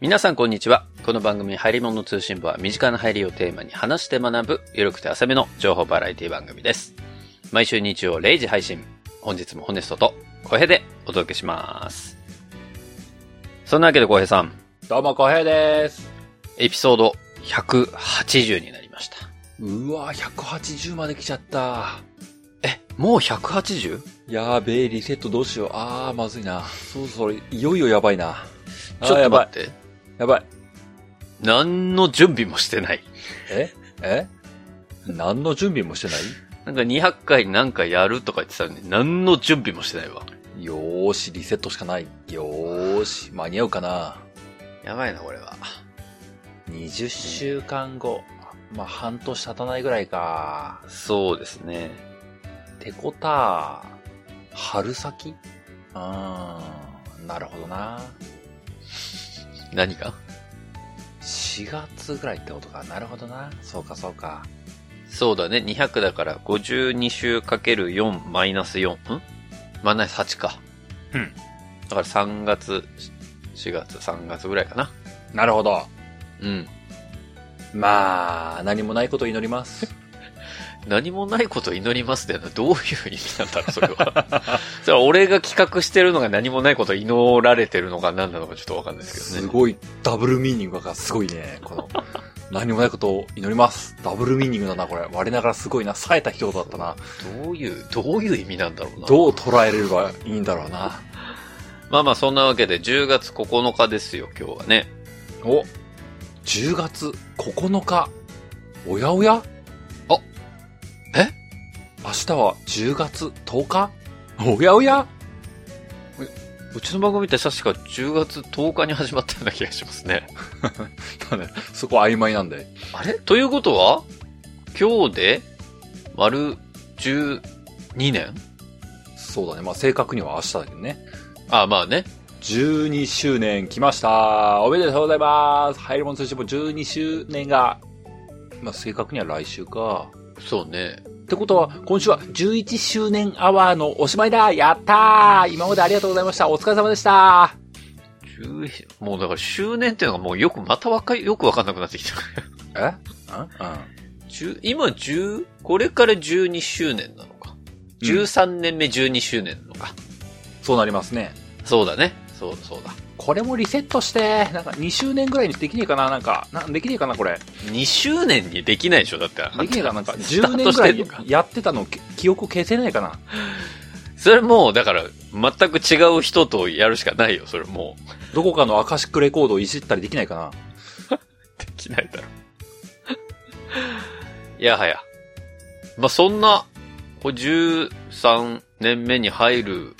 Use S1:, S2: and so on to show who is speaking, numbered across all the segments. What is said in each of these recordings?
S1: 皆さんこんにちは。この番組、入り物の通信部は、身近な入りをテーマに話して学ぶ、ゆるくて浅めの情報バラエティ番組です。毎週日曜0時配信。本日もホネストと小平でお届けします。そんなわけで小平さん、
S2: どうも、小平です。
S1: エピソード180になりました。
S2: うわぁ、180まで来ちゃった。
S1: え、もう 180?
S2: やべえ、リセットどうしよう。あー、まずいな。そうそう、いよいよやばいな。あー
S1: ちょっ
S2: や
S1: と
S2: ばい
S1: 待って。
S2: やばい。
S1: 何の準備もしてない。
S2: ええ何の準備もしてな
S1: なんか200回なんかやるとか言ってたのに、何の準備もしてないわ。
S2: いよーし、リセットしかない。よーし、間に合うかな。
S1: やばいな、これは。
S2: 20週間後。まあ、半年経たないぐらいか。
S1: そうですね。
S2: てこた春先うーん、なるほどな。
S1: 何が
S2: 4月ぐらいってことか。なるほどな。そうか、そうか。
S1: そうだね、200だから52週かける4マイナス4。んマイナス8か。
S2: うん。
S1: だから3月、4月、3月ぐらいかな。
S2: なるほど。
S1: うん。
S2: まあ、何もないことを祈ります。
S1: 何もないことを祈りますだよな。どういう意味なんだろう、それは。 それは俺が企画してるのが何もないことを祈られてるのか何なのかちょっとわかんないですけ
S2: す
S1: どね。
S2: ごい、ダブルミーニングがすごいね。この、何もないことを祈ります。ダブルミーニングだな、これ。我ながらすごいな。冴えた一言だったな。
S1: どういう、どういう意味なんだろうな。
S2: どう捉えればいいんだろうな。
S1: まあまあそんなわけで10月9日ですよ、今日はね。
S2: お !10 月9日。おやおや
S1: あえ
S2: 明日は10月10日おやおや
S1: うちの番組って確か10月10日に始まったような気がしますね。
S2: だね。そこ曖昧なんで。
S1: あれということは、今日で、丸12年
S2: そうだね。まあ正確には明日だけどね。
S1: あ、まあね。
S2: 12周年来ました。おめでとうございます。入り物通信も12周年が、まあ、正確には来週か。
S1: そうね。
S2: ってことは、今週は11周年アワーのおしまいだやったー今までありがとうございました。お疲れ様でした。
S1: 11もうだから周年っていうのがもうよく、またわかい、よくわかんなくなってきた。
S2: えう
S1: 10今10、これから12周年なのか。
S2: うん
S1: 13年目12周年なのか。
S2: ん。そうなりますね。
S1: そうだね。そうだ、そうだ。
S2: これもリセットして、なんか2周年ぐらいにできねえかななんか、なできねえかなこれ。
S1: 2周年にできないでしょだって。
S2: できねえかななんか、
S1: スター
S2: 10
S1: ト
S2: 年
S1: し
S2: ぐら
S1: てんの
S2: い
S1: か
S2: やってたの、き 記憶消せないかな
S1: それもう、だから、全く違う人とやるしかないよ、それもう。
S2: どこかのアカシックレコードをいじったりできないかな
S1: できないだろ。 いやはや。まあ、そんな、こう13年目に入る、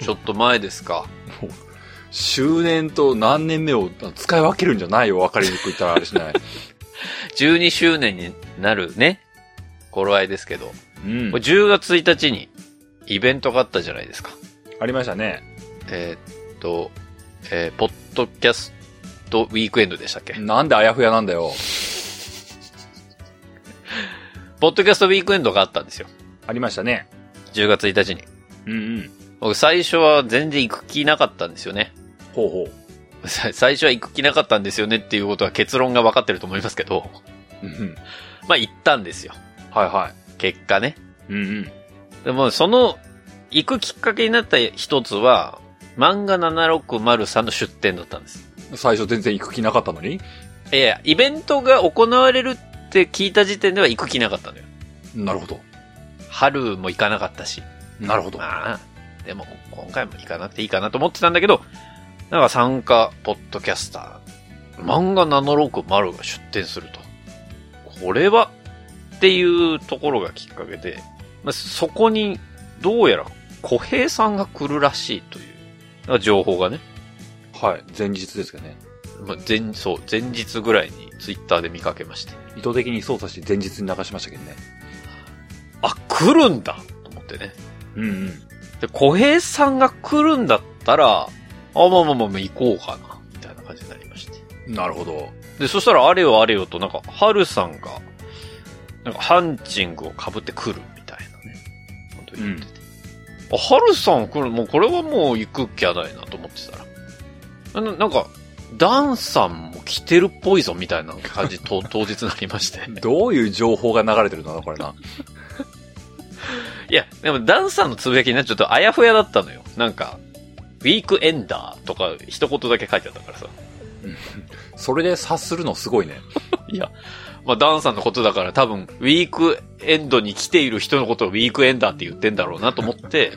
S1: ちょっと前ですか。
S2: 周年と何年目を使い分けるんじゃないよ。分かりにくいったらあれし ない。
S1: 12周年になるね、頃合いですけど。
S2: うん
S1: これ10月1日に、イベントがあったじゃないですか。
S2: ありましたね。
S1: えーっと、えーポッドキャストウィークエンドでしたっけ
S2: なんであやふやなんだよ。
S1: ポッドキャストウィークエンドがあったんですよ。
S2: ありましたね。
S1: 10月1日に。
S2: うんうん。
S1: 僕最初は全然行く気なかったんですよね。
S2: ほうほ
S1: さ最初は行く気なかったんですよねっていうことは結論が分かってると思いますけど、
S2: う。うんうん。
S1: まあ行ったんですよ。
S2: はいは
S1: 結果ね。
S2: い。うんうん。
S1: でもその、行くきっかけになった一つは、漫画760さんの出店だったんです。
S2: 最初全然行く気なかったのに
S1: いやいや、イベントが行われるって聞いた時点では行く気なかったのよ。
S2: なるほど。
S1: 春も行かなかったし。
S2: なるほど。
S1: まあ、でも今回も行かなくていいかなと思ってたんだけど、なんか参加、ポッドキャスター、漫画760が出展すると。これは、っていうところがきっかけで、まあ、そこに、どうやら、小平さんが来るらしいという、なんか情報がね、
S2: はい。前日ですけどね。
S1: まあ、前、そう、前日ぐらいにツイッターで見かけまして。
S2: 意図的に操作して前日に流しましたけどね。
S1: あ、来るんだと思ってね。
S2: うんうん。
S1: で、小平さんが来るんだったら、あ、まあまあまあまあ、行こうかな、みたいな感じになりまして。
S2: なるほど。
S1: で、そしたらあれよあれよと、なんか、ハルさんが、なんか、ハンチングを被ってくるみたいなね、こと言ってて。あ、ハルさん来る、もうこれはもう行く気はないなと思ってたら。ななんか、ダンさんも来てるっぽいぞみたいな感じ、と当日になりまして。
S2: どういう情報が流れてるのかな、これな。
S1: いや、でもダンさんのつぶやきね、ちょっとあやふやだったのよ。なんか、ウィークエンダーとか一言だけ書いてあったからさ。
S2: それで察するのすごいね。
S1: いや、まあダンさんのことだから多分、ウィークエンドに来ている人のことをウィークエンダーって言ってんだろうなと思って、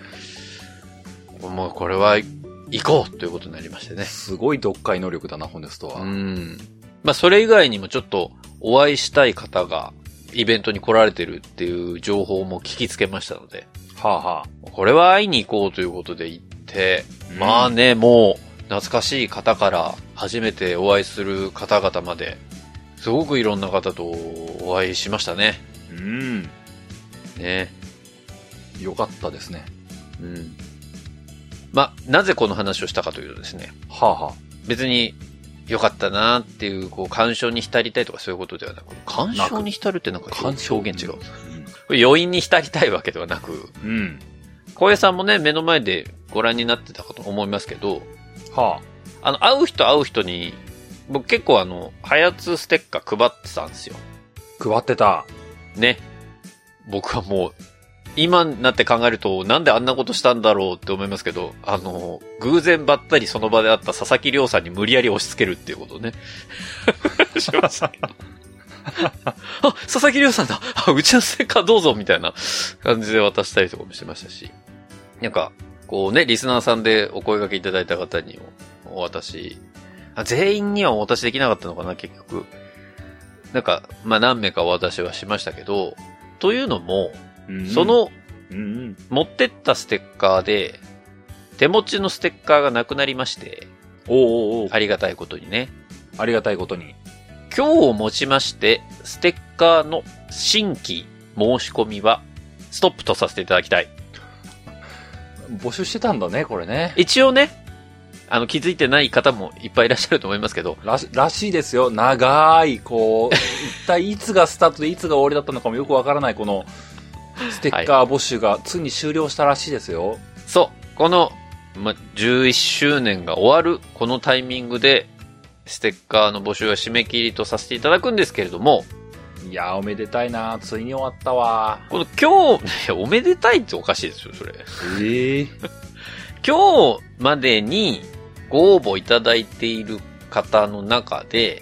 S1: もうこれは行こうということになりましてね。
S2: すごい読解能力だな、ホネスト
S1: う
S2: は。
S1: ん。まあ、それ以外にもちょっとお会いしたい方がイベントに来られてるっていう情報も聞きつけましたので、
S2: はあはあ。
S1: これは会いに行こうということで行って、まあね、もう懐かしい方から初めてお会いする方々まで、すごくいろんな方とお会いしましたね。
S2: うん。
S1: ね。
S2: よかったですね。
S1: うん。まあ、なぜこの話をしたかというとですね、
S2: はあはあ。
S1: 別に良かったなっていう、こう、感傷に浸りたいとかそういうことではなく、感傷に浸るってなんか
S2: 感傷
S1: 表現違う。これ余韻に浸りたいわけではなく、
S2: うん。うん。
S1: 小江さんもね、目の前でご覧になってたかと思いますけど、
S2: は
S1: あの、会う人会う人に、僕結構あの、ハヤツステッカー配ってたんですよ。
S2: あ。配ってた。
S1: ね。僕はもう、今になって考えると、なんであんなことしたんだろうって思いますけど、あの、偶然ばったりその場で会った佐々木亮さんに無理やり押し付けるっていうことをね。しましたけど。あ、佐々木亮さんだあ、うちのステッカーどうぞみたいな感じで渡したりとかもしてましたし。なんか、こうね、リスナーさんでお声掛けいただいた方におお渡し、あ全員にはお渡しできなかったのかな、結局。なんか、まあ、何名かお渡しはしましたけど、というのも、
S2: うん
S1: そ、の、
S2: うんうん。
S1: 持ってったステッカーで、手持ちのステッカーがなくなりまして、
S2: おうおうおう
S1: ありがたいことにね。
S2: ありがたいことに。
S1: 今日をもちまして、ステッカーの新規申し込みは、ストップとさせていただきたい。
S2: 募集してたんだね、これね。
S1: 一応ね、あの、気づいてない方もいっぱいいらっしゃると思いますけど、
S2: らし、らしいですよ。長い、こう、一体いつがスタートでいつが終わりだったのかもよくわからない、この、ステッカー募集が、ついに終了したらしいですよ。
S1: そう、この、ま、11周年が終わる、このタイミングで、ステッカーの募集は締め切りとさせていただくんですけれども、
S2: いやー、おめでたいなついに終わったわ
S1: この今日、 おめでたいっておかしいですよ、それ。
S2: ええ
S1: 今日までにご応募いただいている方の中で、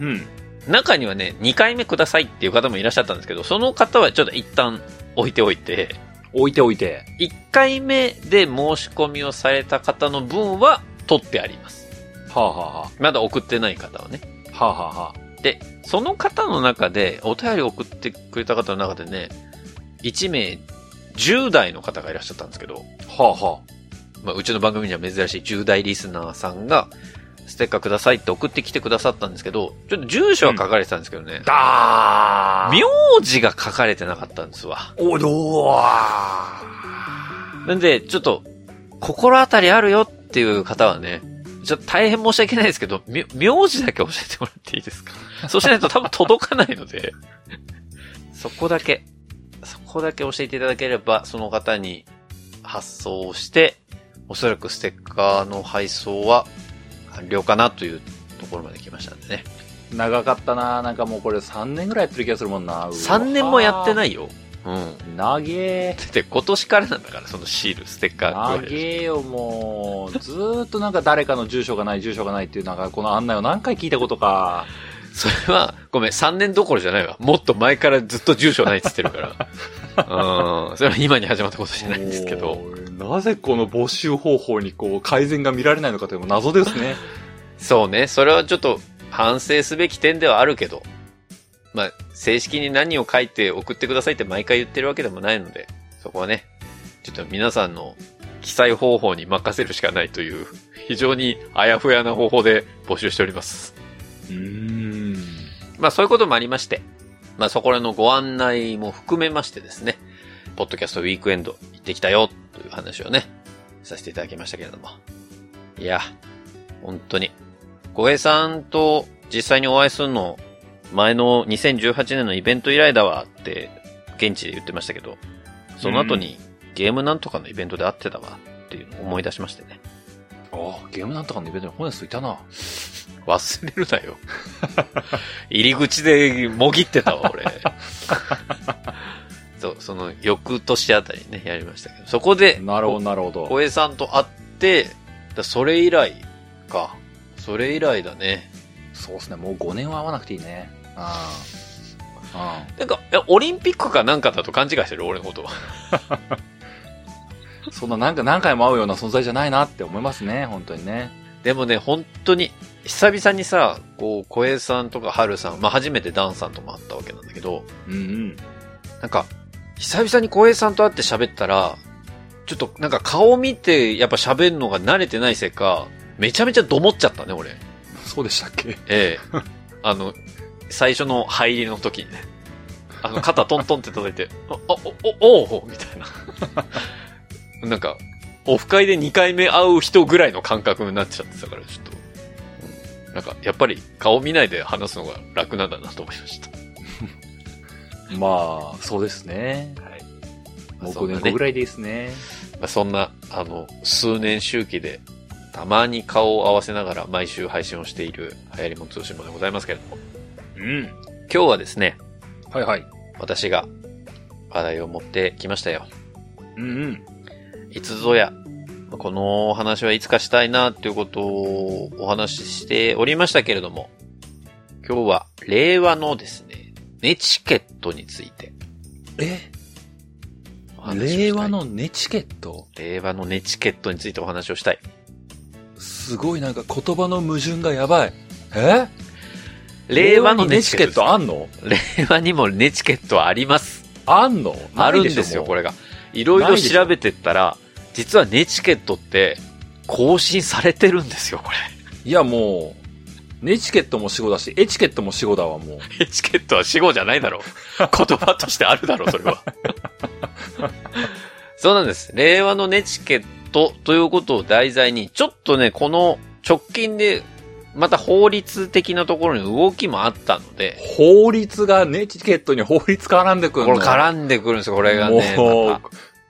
S2: うん。
S1: 中にはね、2回目くださいっていう方もいらっしゃったんですけど、その方はちょっと一旦置いておいて、
S2: 置いておいて。
S1: 1回目で申し込みをされた方の分は取ってあります。
S2: はあ、は
S1: まだ送ってない方はね。
S2: あ、はあ、はあ、はあ。
S1: で、その方の中で、お便りを送ってくれた方の中でね、1名、10代の方がいらっしゃったんですけど、
S2: はあ、は
S1: まあ、うちの番組には珍しい10代リスナーさんが、ステッカーくださいって送ってきてくださったんですけど、ちょっと住所は書かれてたんですけどね、
S2: あ。だー
S1: 名字が書かれてなかったんですわ。
S2: おどわ
S1: なんで、ちょっと、心当たりあるよっていう方はね、ちょっと大変申し訳ないですけど、み名字だけ教えてもらっていい ですかそうしないと多分届かないので、 そこだけ、そこだけ教えていただければ、その方に発送をして、おそらくステッカーの配送は完了かなというところまで来ましたんでね。
S2: ー長かったななんかもうこれ3年ぐらいやってる気がするもんな。
S1: 3年もやってないいよ。うん。
S2: 長え。
S1: だって今年からなんだから、そのシール、ステッカー
S2: 長えよ、もう。ずーっとなんか誰かの住所がない、住所がないっていう、なんかこの案内を何回聞いたことか。
S1: それは、ごめん、3年どころじゃないわ。もっと前からずっと住所ないって言ってるから。うん。それは今に始まったことじゃないんですけど。
S2: もう。なぜこの募集方法にこう改善が見られないのかというのも謎ですね。
S1: そうね、それはちょっと反省すべき点ではあるけど。まあ、正式に何を書いて送ってくださいって毎回言ってるわけでもないので、そこはね、ちょっと皆さんの記載方法に任せるしかないという、非常にあやふやな方法で募集しております。
S2: うーん。
S1: まあそういうこともありまして、まあそこらのご案内も含めましてですね、ポッドキャストウィークエンド行ってきたよという話をね、させていただきましたけれども。いや、本当に。小平さんと実際にお会いするの、前の2018年のイベント以来だわって、現地で言ってましたけど、その後にゲームなんとかのイベントで会ってたわっていうのを思い出しましてね。
S2: ああ、ゲームなんとかのイベントにホネストいたな。
S1: 忘れるなよ。入り口でもぎってたわ、 俺。そう、その翌年あたりにね、やりましたけど。そこで、
S2: なるほど、なるほど。
S1: 小江さんと会って、だそれ以来か。それ以来だね。
S2: そうですね、もう5年は会わなくていいね。ああ。
S1: なんか、えオリンピックかなんかだと勘違いしてる、俺のことは。
S2: うん。そんな、なんか何回も会うような存在じゃないなって思いますね、本当にね。
S1: でもね、本当に、久々にさ、こう、小江さんとか春さん、まあ初めてダンさんとも会ったわけなんだけど、
S2: うんうん。
S1: なんか、久々に小平さんと会って喋ったら、ちょっとなんか顔見てやっぱ喋るのが慣れてないせいか、めちゃめちゃどもっちゃったね、俺。
S2: そうでしたっけ
S1: ええ。あの、最初の入りの時にね。あの、肩トントンって叩いて、あ、あお、お、おうみたいな。 なんか、オフ会で2回目会う人ぐらいの感覚になっちゃってたから、ちょっと。うんなんか、やっぱり顔見ないで話すのが楽なんだなと思いました。
S2: まあ、そうですね。
S1: はい。
S2: もう5年後ぐらいでいいですね。
S1: まあそんな、あの、数年周期で、たまに顔を合わせながら毎週配信をしている流行りも通信もでございますけれども、
S2: うん。
S1: 今日はですね、
S2: はいはい。
S1: 私が話題を持ってきましたよ。
S2: うんうん。
S1: いつぞや、このお話はいつかしたいなということをお話ししておりましたけれども、今日は令和のですね、ネチケットについて
S2: え
S1: お話をしたい。
S2: 令和のネチケット
S1: 令和のネチケットについてお話をしたい。
S2: すごいなんか言葉の矛盾がやばい。え
S1: 令和のネチケット。
S2: あんの
S1: 令和にもネチケットはあります。
S2: あんの
S1: あるんですよ、こ
S2: れ。
S1: れが。いろいろ調べてったら、実はネチケットって更新されてるんですよ、これ。
S2: いやもう、ネチケットも死語だし、エチケットも死語だわ、もう。
S1: ネチケットは死語じゃない だろう。言葉としてあるだろう、それは。そうなんです。令和のネチケットということを題材に、ちょっとね、この直近で、また法律的なところに動きもあったので、
S2: 法律が、ネチケットに法律絡んでく
S1: これ
S2: るの
S1: 絡んでくるんですよ、これがね。
S2: も
S1: ま
S2: う、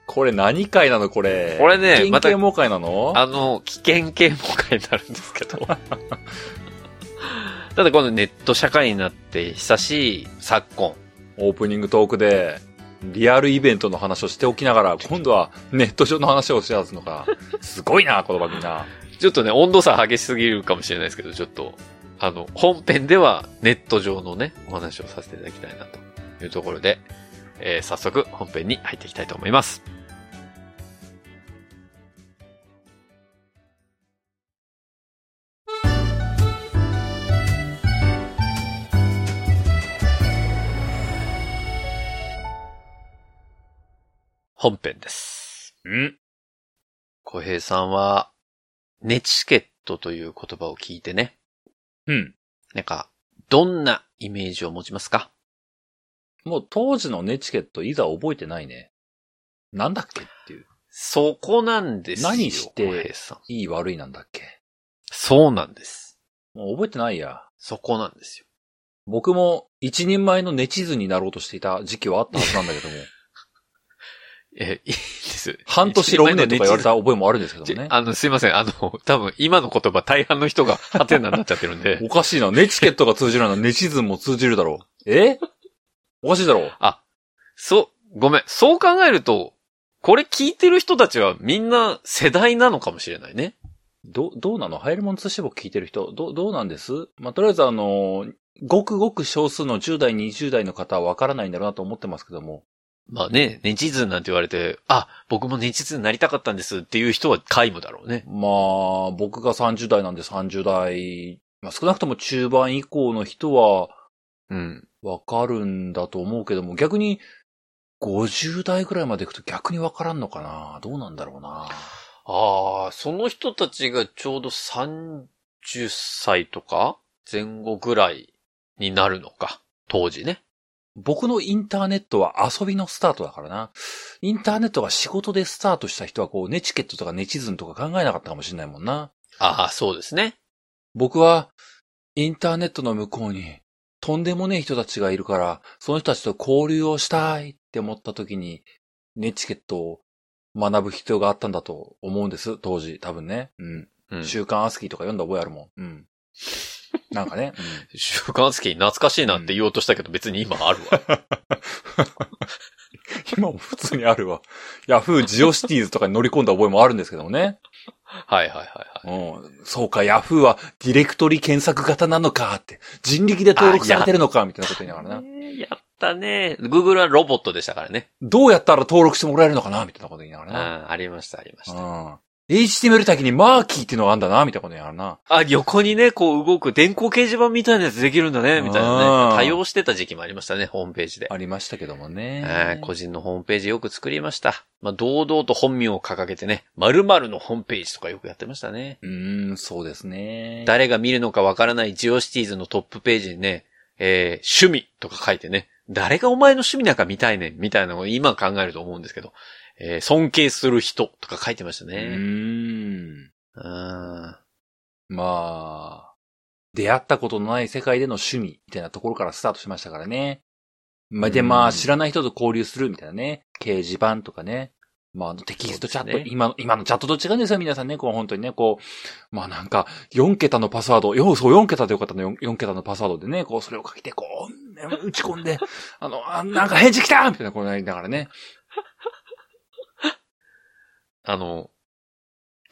S2: これ何回なの、これ。
S1: これね
S2: 人
S1: また
S2: 権模会なの
S1: たあの、危険啓蒙会になるんですけど。ただこのネット社会になって久しい昨今。
S2: オープニングトークで、リアルイベントの話をしておきなが ら、今度はネット上の話をしやすのか。すごいな、この番組な。
S1: ちょっとね、温度差激しすぎるかもしれないですけど、ちょっと、あの、本編ではネット上のね、お話をさせていただきたいなというところで、えー早速本編に入っていきたいと思います。本編です。
S2: うん
S1: 小平さんは、ネチケットという言葉を聞いてね、
S2: うん。
S1: なんか、どんなイメージを持ちますか
S2: もう当時のネチケットいざ覚えてないね。なんだっけっていう。
S1: そこなんですよ。
S2: 何して
S1: 小平さん。
S2: いい悪いなんだっけ。
S1: そうなんです。
S2: もう覚えてないや。
S1: そこなんですよ。
S2: 僕も一人前のネチズになろうとしていた時期はあったはずなんだけど も、
S1: え、いいです。
S2: 半年6年とか言われた覚えもあるんですけ ど
S1: ち
S2: もね。
S1: あの、すいません。あの、多分今の言葉大半の人がハテナになっちゃってるんで。
S2: おかしいな。ネチケットが通じるならネチズも通じるだろう。えおかしいだろう。
S1: そう、ごめん。そう考えると、これ聞いてる人たちはみんな世代なのかもしれないね。
S2: ど、どうなのハイルモン通信簿聞いてる人、ど、どうなんですまあ、とりあえずあの、ごくごく少数の10代、20代の方はわからないんだろうなと思ってますけども。
S1: まあね、ネチズンなんて言われて、あ、僕もネチズンになりたかったんですっていう人は皆無だろうね。
S2: まあ、僕が30代なんで30代、まあ、少なくとも中盤以降の人は
S1: うん。
S2: わかるんだと思うけども、逆に、50代ぐらいまで行くと逆にわからんのかなどうなんだろうな
S1: ああ、その人たちがちょうど30歳とか前後ぐらいになるのか。当時ね。
S2: 僕のインターネットは遊びのスタートだからな。インターネットが仕事でスタートした人はこう、ネチケットとかネチズンとか考えなかったかもしれないもんな。
S1: ああ、そうですね。
S2: 僕は、インターネットの向こうに、とんでもねえ人たちがいるから、その人たちと交流をしたいって思った時に、ネチケットを学ぶ必要があったんだと思うんです、当時、多分ね。うん。
S1: うん。
S2: 週刊アスキーとか読んだ覚えあるもん。うん。なんかね。うん
S1: 週刊付き懐かしいなって言おうとしたけど、別に今ある わ。
S2: 今も普通にあるわ。 ヤフージオシティーズとかに乗り込んだ覚えもあるんですけどもね。
S1: はいはいはいはい。
S2: うん。そうか、ヤフーはディレクトリ検索型なのかって、人力で登録されてるのかみたいなこと言いながらな。
S1: やったね。Google はロボットでしたからね。
S2: どうやったら登録してもらえるのかなみたいなこと言いながらな。
S1: ああ、ありましたありました。
S2: うん。HTML タグにマーキーっていうのがあんだな、みたいなこと言いながらな。
S1: あ、横にね、こう動く電光掲示板みたいなやつできるんだね、みたいな
S2: あ
S1: ね。
S2: ー
S1: 多用してた時期もありましたね、ホームページで。
S2: ありましたけどもね。
S1: えー個人のホームページよく作りました。まあ、堂々と本名を掲げてね、〇〇のホームページとかよくやってましたね。
S2: うーん、そうですね。
S1: 誰が見るのかわからないジオシティーズのトップページにね、えー趣味とか書いてね、誰がお前の趣味なんか見たいねん、みたいなのを今考えると思うんですけど、えー尊敬する人とか書いてました
S2: う
S1: ね。
S2: ーん。
S1: うん。
S2: まあ、出会ったことのない世界での趣味みたいなところからスタートしましたからね。まあ、で、
S1: うん
S2: まあ、知らない人と交流するみたいなね。掲示板とかね。まあ、あのテキストチャット、
S1: そうですね
S2: 今の、今のチャットと違うんですよ、皆さんね。こう、本当にね、こう、まあなんか、4桁のパスワード、よう、そう、4桁でよかったの、4, 桁のパスワードでね、こう、それをかけて、こう、打ち込 んで、あの、あ、なんか返事来たみたいな、こうなりながらね。
S1: あの、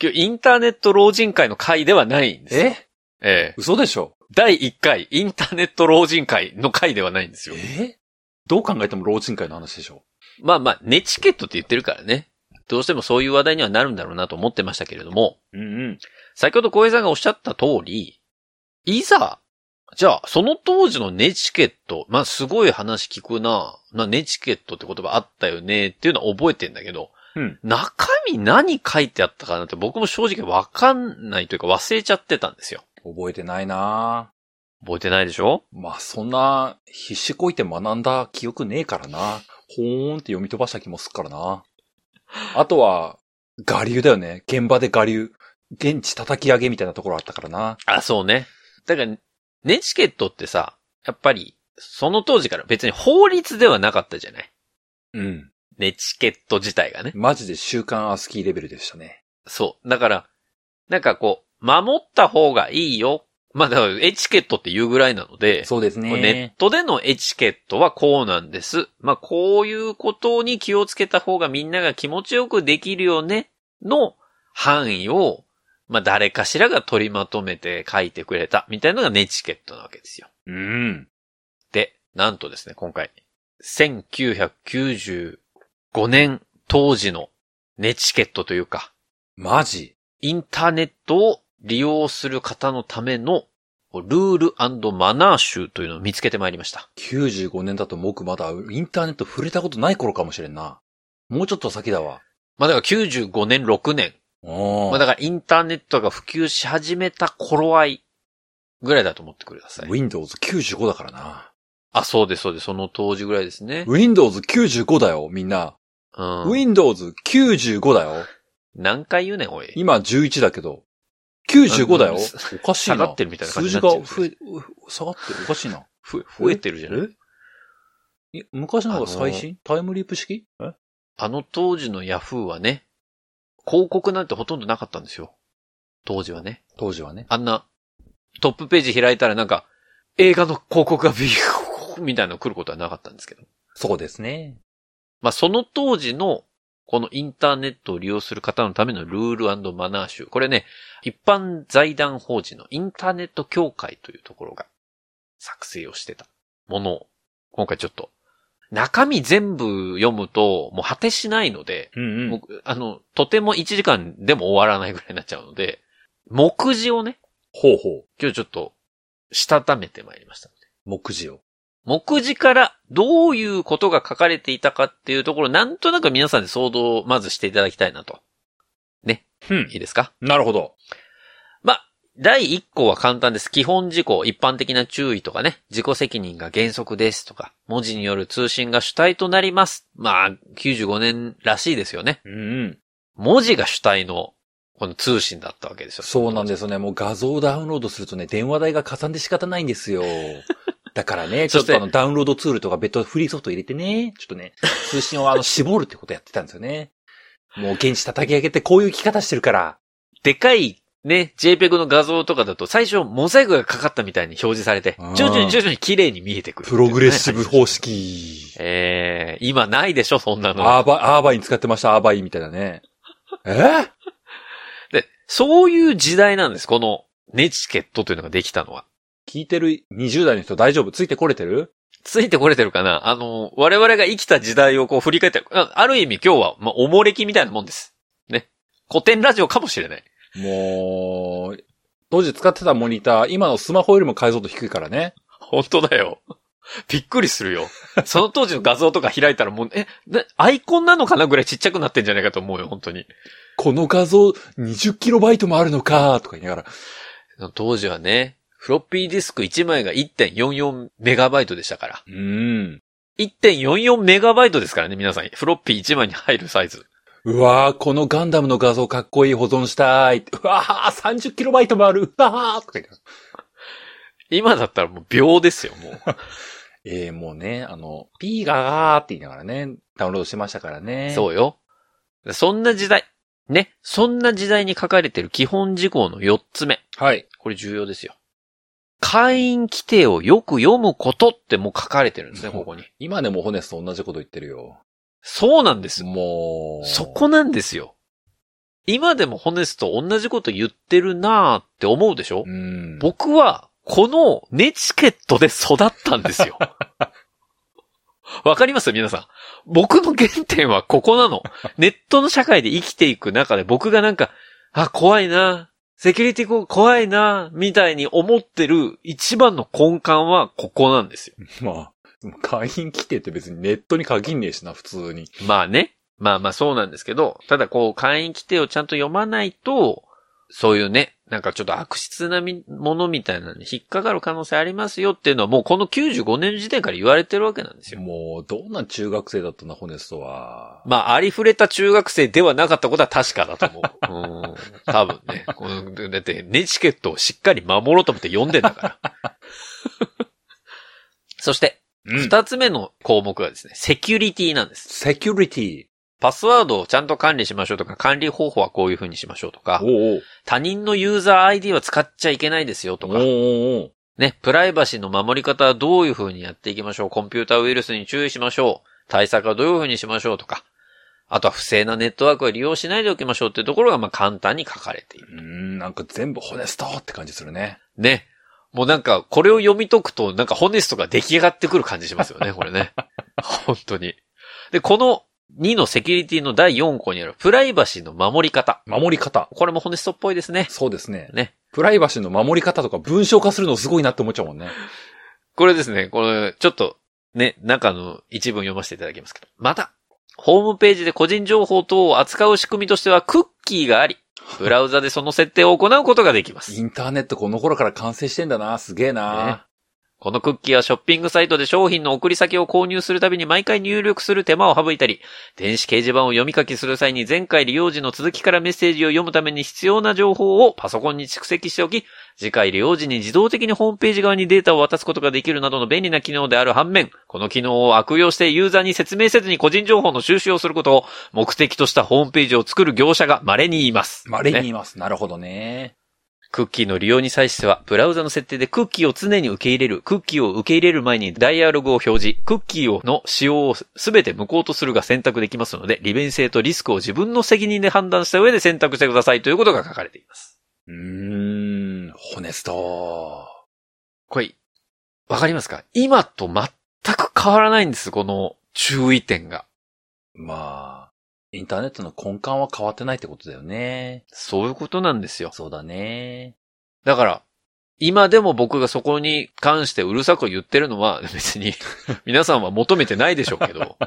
S1: 今日インターネット老人会の会ではないんですよ。
S2: え
S1: ええ
S2: 嘘でしょ
S1: 第1回インターネット老人会の会ではないんですよ。
S2: えどう考えても老人会の話でしょ
S1: まあまあ、ネチケットって言ってるからね。どうしてもそういう話題にはなるんだろうなと思ってましたけれども、
S2: うんうん。
S1: 先ほど小平さんがおっしゃった通り、いざ、じゃあ、その当時のネチケット、まあすごい話聞くな、なネチケットって言葉あったよねっていうのは覚えてんだけど、
S2: うん
S1: 中身何書いてあったかなって僕も正直わかんないというか忘れちゃってたんですよ。
S2: 覚えてないなぁ。
S1: 覚えてないでしょ
S2: まあそんな必死こいて学んだ記憶ねえからな。ほーんって読み飛ばした気もすっからな。あとは、我流だよね。現場で我流。現地叩き上げみたいなところあったからな。
S1: あ、そうね。だから、ネチケットってさ、やっぱり、その当時から別に法律ではなかったじゃない
S2: うん。
S1: ネチケット自体がね。
S2: マジで週刊アスキーレベルでしたね。
S1: そう。だから、なんかこう、守った方がいいよ。まあ、だからエチケットっていうぐらいなので、
S2: そうですね。
S1: こうネットでのエチケットはこうなんです。まあ、こういうことに気をつけた方がみんなが気持ちよくできるよね、の範囲を、まあ、誰かしらが取りまとめて書いてくれた、みたいなのがネチケットなわけですよ。
S2: うん。
S1: で、なんとですね、今回、1995年当時のネチケットというか、
S2: マジ
S1: インターネットを利用する方のためのルールマナー集というのを見つけてまいりました。
S2: ?95 年だと僕まだインターネット触れたことない頃かもしれんな。もうちょっと先だわ。
S1: まあだから95年、6年。
S2: お
S1: まあだからインターネットが普及し始めた頃合いぐらいだと思ってください。
S2: Windows95 だからな。
S1: あ、そうです、そうです。その当時ぐらいですね。
S2: Windows95 だよ、みんな。
S1: うん。
S2: Windows 95だよ。
S1: 何回言うねん、おい。
S2: 今11だけど。95だよ
S1: うん。
S2: おかしい
S1: 下
S2: な。
S1: がってるみたいな感じ
S2: 数
S1: に
S2: 字が
S1: なっ
S2: 増え、下がってる。おかしいな。
S1: ふ増えてるじゃない
S2: い昔の方が最新タイムリープ式え
S1: あの当時のヤフーはね、広告なんてほとんどなかったんですよ。当時はね。
S2: 当時はね。
S1: あんな、トップページ開いたらなんか、映画の広告がビューみたいなの来ることはなかったんですけど。
S2: そうですね。
S1: まあ、その当時の、このインターネットを利用する方のためのルールマナー集。これね、一般財団法人のインターネット協会というところが作成をしてたものを、今回ちょっと、中身全部読むと、もう果てしないので、
S2: うんうん。
S1: 僕あの、とても1時間でも終わらないぐらいになっちゃうので、目次をね、
S2: ほうほう。
S1: 今日ちょっと、したためてまいりました。
S2: 目次を。
S1: 目次からどういうことが書かれていたかっていうところ、なんとなく皆さんで想像をまずしていただきたいなと。
S2: うん
S1: いいですか
S2: なるほど。
S1: まあ、第1項は簡単です。基本事項、一般的な注意とかね、自己責任が原則ですとか、文字による通信が主体となります。まあ、95年らしいですよね。
S2: うんうん。
S1: 文字が主体の、この通信だったわけですよ。
S2: そうなんですよね。もう画像をダウンロードするとね、電話代がかさんで仕方ないんです よ。だからね、ちょっとあ
S1: そ
S2: のダウンロードツールとか別途フリーソフト入れてね、ちょっとね、通信をあの絞るってことやってたんですよね。もう現地叩き上げてこういう生き方してるから。
S1: でかいね、JPEG の画像とかだと最初モザイクがかかったみたいに表示されて
S2: うん、
S1: 徐々に徐々に綺麗に見えてくる。
S2: プログレッシブ方式。
S1: えー、今ないでしょ、そんなの。
S2: アーバイ、アーバイに使ってました、アーバイみたいなね。えー
S1: で、そういう時代なんです、このネチケットというのができたのは。
S2: 聞いてる20代の人大丈夫ついてこれてる
S1: ついてこれてるかなあの、我々が生きた時代をこう振り返って、あある意味今日は、まあ、おもれきみたいなもんです。ね。古典ラジオかもしれない。
S2: もう、当時使ってたモニター、今のスマホよりも解像度低いからね。
S1: 本当だよ。びっくりするよ。その当時の画像とか開いたらもう、え、なアイコンなのかなぐらいちっちゃくなってんじゃないかと思うよ、本当に。
S2: この画像 20KB もあるのかとか言いながら。
S1: 当時はね、フロッピーディスク1枚が1.44メガバイトでしたから。
S2: うん。
S1: 1.44メガバイトですからね、皆さん。フロッピー1枚に入るサイズ。
S2: うわーこのガンダムの画像かっこいい保存したい。うわー 30KB もある。うわーとか言いながら。
S1: 今だったらもう秒ですよ、もう。
S2: ええもうね、あの、ピーガーって言いながらね、ダウンロードしてましたから ね。
S1: そうよ。そんな時代。ね。そんな時代に書かれてる基本事項の4つ目。
S2: はい。
S1: これ重要ですよ。会員規定をよく読むことってもう書かれてるんですね、ここに。
S2: 今でもホネスと同じこと言ってるよ。
S1: そうなんです。
S2: もう。
S1: そこなんですよ。今でもホネスと同じこと言ってるなーって思うでしょ
S2: うん。
S1: 僕は、このネチケットで育ったんですよ。 わかります皆さん。僕の原点はここなの。ネットの社会で生きていく中で僕がなんか、あ、怖いな。セキュリティこ怖いな。みたいに思ってる一番の根幹はここなんですよ。
S2: まあ、でも会員規定って別にネットに限んねえしな、普通に。
S1: まあね。まあまあそうなんですけど、ただこう会員規定をちゃんと読まないと、そういうね、なんかちょっと悪質なみものみたいなのに引っかかる可能性ありますよっていうのはもうこの95年時点から言われてるわけなんですよ。
S2: もう、どんな中学生だったんだ、ホネストは。
S1: まあありふれた中学生ではなかったことは確かだと思 う。うん。多分ね。このだってネチケットをしっかり守ろうと思って読んでんだから。 そして、
S2: うん
S1: 二つ目の項目はですね、セキュリティなんです。
S2: セキュリティ。
S1: パスワードをちゃんと管理しましょうとか、管理方法はこういう風にしましょうとか
S2: お、う
S1: 他人のユーザー ID は使っちゃいけないですよと
S2: おうお
S1: か、
S2: うおう
S1: ね、プライバシーの守り方はどういう風にやっていきましょう、コンピューターウイルスに注意しましょう、対策はどういう風にしましょうとか、あとは不正なネットワークを利用しないでおきましょうっていうところがまあ簡単に書かれている。
S2: うん、なんか全部ホネストって感じするね。
S1: ね。もうなんか、これを読み解くと、なんかホネストが出来上がってくる感じしますよ ね、これね。本当に。で、この2のセキュリティの第4項にある、プライバシーの守り方。
S2: 守り方。
S1: これもホネストっぽいですね。
S2: そうですね。
S1: ね。
S2: プライバシーの守り方とか文章化するのすごいなって思っちゃうもんね。
S1: これですね、これ、ちょっと、ね、中の一文読ませていただきますけど。また、ホームページで個人情報等を扱う仕組みとしては、クッキーがあり、ブラウザでその設定を行うことができます
S2: イ。ンターネットこの頃から完成してんだな。すげえな。
S1: このクッキーはショッピングサイトで商品の送り先を購入するたびに毎回入力する手間を省いたり、電子掲示板を読み書きする際に前回利用時の続きからメッセージを読むために必要な情報をパソコンに蓄積しておき、次回利用時に自動的にホームページ側にデータを渡すことができるなどの便利な機能である反面、この機能を悪用してユーザーに説明せずに個人情報の収集をすることを目的としたホームページを作る業者が稀にいます。
S2: まれに言います。なるほどね。
S1: クッキーの利用に際しては、ブラウザの設定でクッキーを常に受け入れる、クッキーを受け入れる前にダイアログを表示、クッキーをの使用をすべて無効とするが選択できますので、利便性とリスクを自分の責任で判断した上で選択してくださいということが書かれています。
S2: うーん、ホネスト。
S1: これ、わかりますか今と全く変わらないんです、この注意点が。
S2: まあ、インターネットの根幹は変わってないってことだよね。
S1: そういうことなんですよ。
S2: そうだね。
S1: だから、今でも僕がそこに関してうるさく言ってるのは別に皆さんは求めてないでしょうけど、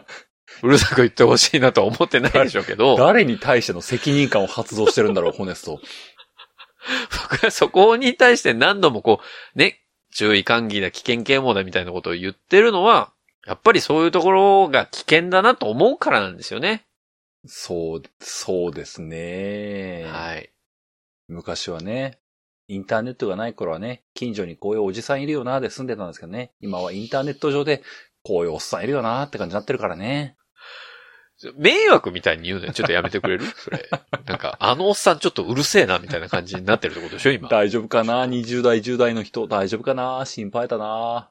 S1: うるさく言ってほしいなとは思ってないでしょうけど、
S2: 誰に対しての責任感を発動してるんだろう、ホネスト。
S1: 僕はそこに対して何度もこう、ね、注意喚議だ、危険啓蒙だみたいなことを言ってるのは、やっぱりそういうところが危険だなと思うからなんですよね。
S2: そう、そうですね。
S1: はい。
S2: 昔はね、インターネットがない頃はね、近所にこういうおじさんいるよなーで住んでたんですけどね。今はインターネット上で、こういうおっさんいるよなーって感じになってるからね。
S1: 迷惑みたいに言うのよ。ちょっとやめてくれるそれ。なんか、あのおっさんちょっとうるせえな、みたいな感じになってるってことでしょ、今。
S2: 大丈夫かな ?20 代、10代の人、大丈夫かな心配だな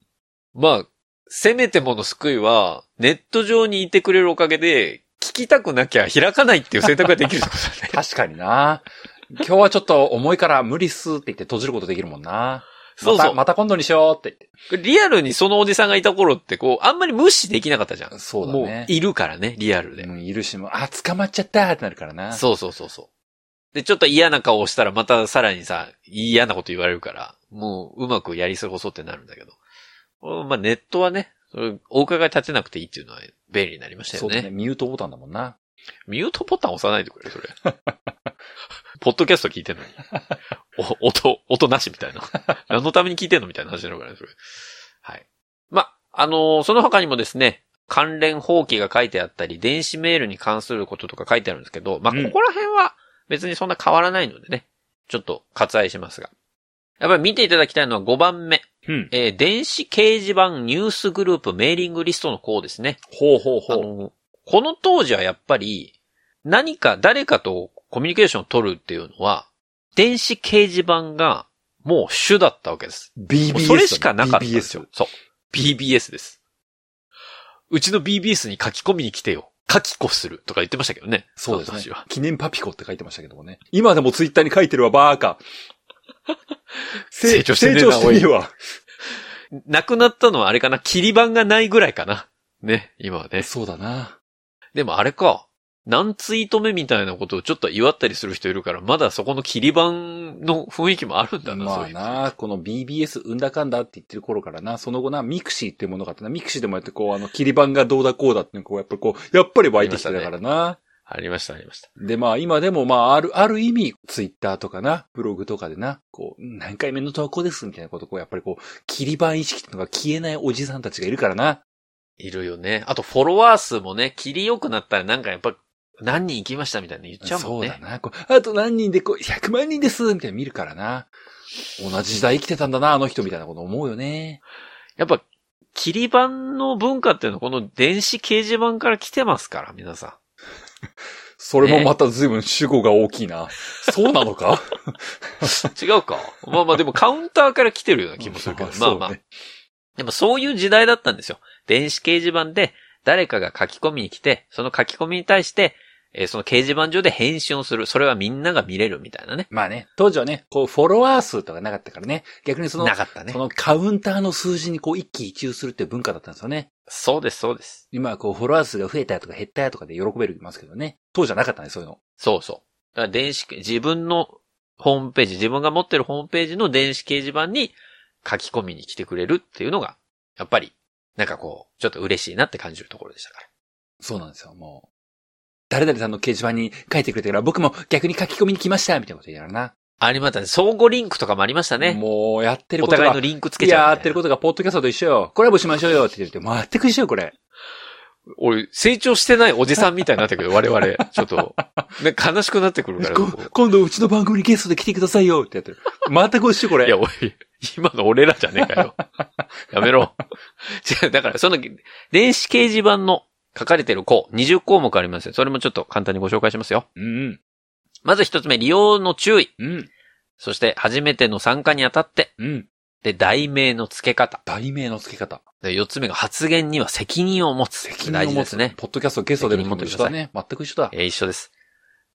S1: まあ、せめてもの救いは、ネット上にいてくれるおかげで、聞きたくなきゃ開かないっていう選択ができるってこと だね。
S2: 確かにな今日はちょっと重いから無理っすって言って閉じることできるもんな。
S1: そう
S2: ま
S1: そ
S2: た
S1: う。
S2: また今度にしようって言
S1: リアルにそのおじさんがいた頃って、こう、あんまり無視できなかったじゃん。
S2: って。そうだ
S1: もう
S2: ね、。
S1: いるからね、リアルで。
S2: うんいるしもう、あ、捕まっちゃったってなるからな。
S1: そうそうそうそう。で、ちょっと嫌な顔をしたらまたさらにさ、嫌なこと言われるから、もううまくやり過ごそうってなるんだけど。うんまあネットはね、それお伺い立てなくていいっていうのは便利になりましたよ
S2: そうだね。
S1: ね。
S2: ミュートボタンだもんな。
S1: ミュートボタン押さないでくれる、それ。ポッドキャスト聞いてんのに。お音、音なしみたいな。何のために聞いてんのみたいな話になるからね、それ。はい。ま、あのーその他にもですね、関連法規が書いてあったり、電子メールに関することとか書いてあるんですけど、まあ、
S2: うん
S1: ここら辺は別にそんな変わらないのでね、ちょっと割愛しますが。やっぱり見ていただきたいのは5番目、
S2: うん。
S1: えー電子掲示板ニュースグループメーリングリストの項ですね。
S2: ほうほう
S1: あ
S2: ほう。
S1: の、この当時はやっぱり、何か誰かとコミュニケーションを取るっていうのは、電子掲示板がもう主だったわけです。
S2: BBS
S1: も
S2: だ
S1: う
S2: ね。
S1: それしかなかったんです
S2: BBS
S1: よ
S2: よ。。
S1: そう。BBS です。うちの BBS に書き込みに来てよ。書き子するとか言ってましたけどね。
S2: そうですね
S1: 私は。。
S2: 記念パピコって書いてましたけどもね。今でもツイッターに書いてるわ、バー カ。
S1: 成長してねえ
S2: 成
S1: な
S2: 長してねえわ。
S1: なくなったのはあれかな。切り板がないぐらいかな。ね、今はね。
S2: そうだな。
S1: でもあれか。何ツイート目みたいなことをちょっと祝ったりする人いるから、まだそこの切り板の雰囲気もあるんだな、
S2: ま
S1: そう
S2: あ
S1: いう。
S2: な、この BBS うんだかんだって言ってる頃からな、その後な、ミクシーっていうものがあってな、ミクシーでもやってこう、あの、切り板がどうだこうだっていうのがこう、やっぱりこう、やっぱり湧いてきてたからな。
S1: ありました、ありました。
S2: で、まあ今でもまあある、ある意味、ツイッターとかな、ブログとかでな、こう、何回目の投稿ですみたいなこと、こう、やっぱりこう、切り板意識っていうのが消えないおじさんたちがいるからな。
S1: いるよね。あと、フォロワー数もね、切り良くなったらなんかやっぱ、何人行きましたみたいな言っちゃうも
S2: そ
S1: ん
S2: う
S1: ね。
S2: だな。こうあと何人でこう、100万人ですみたいなの見るからな。同じ時代生きてたんだな、あの人みたいなこと思うよね。
S1: やっぱ、切り板の文化っていうのはこの電子掲示板から来てますから、皆さ
S2: それもまた随分主語が大きいな。そうなのか
S1: ん。 違うか。まあまあでもカウンターから来てるような 気もする けど、まあまあ。でもそういう時代だったんですよ。電子掲示板で誰かが書き込みに来て、その書き込みに対して、えーその掲示板上で返信をする。それはみんなが見れるみたいなね。
S2: まあね、当時はね、こう、フォロワー数とかなかったからね、逆にその、
S1: なかったね
S2: そ。のカウンターの数字にこう、一喜一憂するっていう文化だったんですよね。
S1: そうです、そうです。
S2: 今はこう、フォロワー数が増えたとか減ったとかで喜べるますけどね。当時はなかったね、そういうの。
S1: そうそう。だから電子、自分のホームページ、自分が持ってるホームページの電子掲示板に書き込みに来てくれるっていうのが、やっぱり、なんかこう、ちょっと嬉しいなって感じるところでしたから。
S2: そうなんですよ、もう。誰々さんの掲示板に書いてくれたから、僕も逆に書き込みに来ました、みたいなことやるな。
S1: ありましたね。相互リンクとかもありましたね。
S2: もう、やってる
S1: お
S2: ことが。
S1: 互いのリンクつけ
S2: い
S1: ちゃうみ
S2: や
S1: たいな。
S2: やってることが、ポッドキャストと一緒よ。コラボしましょうよって言ってるって、全く一緒よ、これ。
S1: 俺、成長してないおじさんみたいになってくる。我々。ちょっと、ね、悲しくなってくるから。
S2: こ
S1: こう
S2: 今度、うちの番組にゲストで来てくださいよってやってる。全く一緒、これ。
S1: いや、おい、今の俺らじゃねえか よ。やめろ。違う、だから、その、電子掲示板の書かれてる項、20項目ありますよ。それもちょっと簡単にご紹介しますよ。
S2: うん、
S1: まず一つ目、利用の注意。
S2: うん、
S1: そして、初めての参加にあたって、
S2: うん。
S1: で、題名の付け方。
S2: 題名の付け方。
S1: で、四つ目が発言には責任を持つ。
S2: 責任を
S1: 大事
S2: 持
S1: で
S2: つ
S1: すね。
S2: ポッドキャストゲスト出るのと一緒だね。全く一緒だ。
S1: えー一緒です。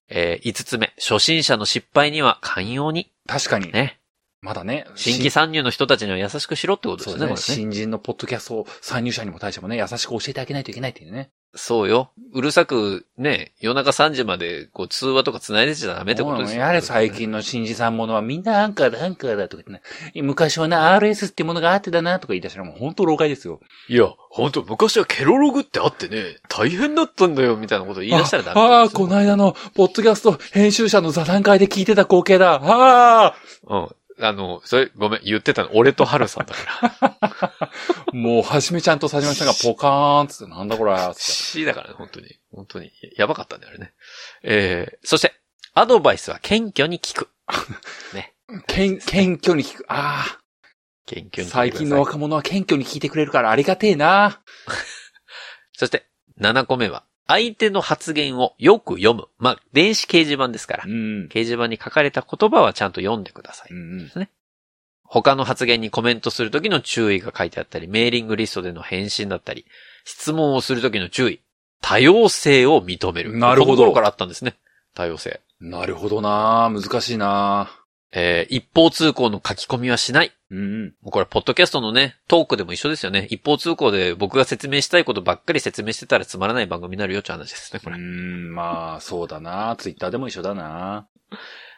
S1: えー五つ目、初心者の失敗には寛容に。
S2: 確かに。
S1: ね。
S2: まだね。
S1: 新規参入の人たちには優しくしろってことで
S2: そう
S1: す
S2: で
S1: ね、
S2: すね。
S1: これね
S2: 新人のポッドキャスト参入者にも対してもね、優しく教えてあげないといけないっていうね。
S1: そうよ。うるさく、ね、夜中3時まで、こう、通話とか繋いでちゃダメってことです
S2: も
S1: よ。
S2: うやれ最。近の新人さんものはみんなアンカーだ、アンカーだとか言ってね。昔はな、RS っていうものがあってだなとか言い出したらもう本当老害ですよ。
S1: いや、ほんと、昔はケロログってあってね、大変だったんだよ、みたいなこと言い出したらダメ。
S2: ああー、この間の、ポッドキャスト編集者の座談会で聞いてた光景だ。ああ
S1: うん。あの、それ、ごめん、言ってたの、俺とハルさんだから。
S2: もう、はじめちゃんとさじめさ んがポカーンっつって、なんだこれっつっ
S1: しだからね、本当に。本当に。やばかったんだよ、あれね。えー、そして、アドバイスは謙虚に聞く。
S2: て。謙謙虚に聞く。あ
S1: 謙虚に聞いてくだ
S2: あ、
S1: さい
S2: 最近の若者は謙虚に聞いてくれるからありがてえな。
S1: そして、7個目は、相手の発言をよく読む。まあ、電子掲示板ですから
S2: う。ん
S1: 掲。示板に書かれた言葉はちゃんと読んでください。
S2: うん。
S1: 他の発言にコメントするときの注意が書いてあったり、メーリングリストでの返信だったり、質問をするときの注意。多様性を認める。
S2: なるほど
S1: この頃からあったんですね。多様性。
S2: なるほどな難しいな
S1: えー一方通行の書き込みはしない。
S2: うん。
S1: もうこれ、ポッドキャストのね、トークでも一緒ですよね。一方通行で僕が説明したいことばっかり説明してたらつまらない番組になるよって話ですね、こ
S2: う
S1: れ。
S2: ん、まあ、そうだなツイッターでも一緒だな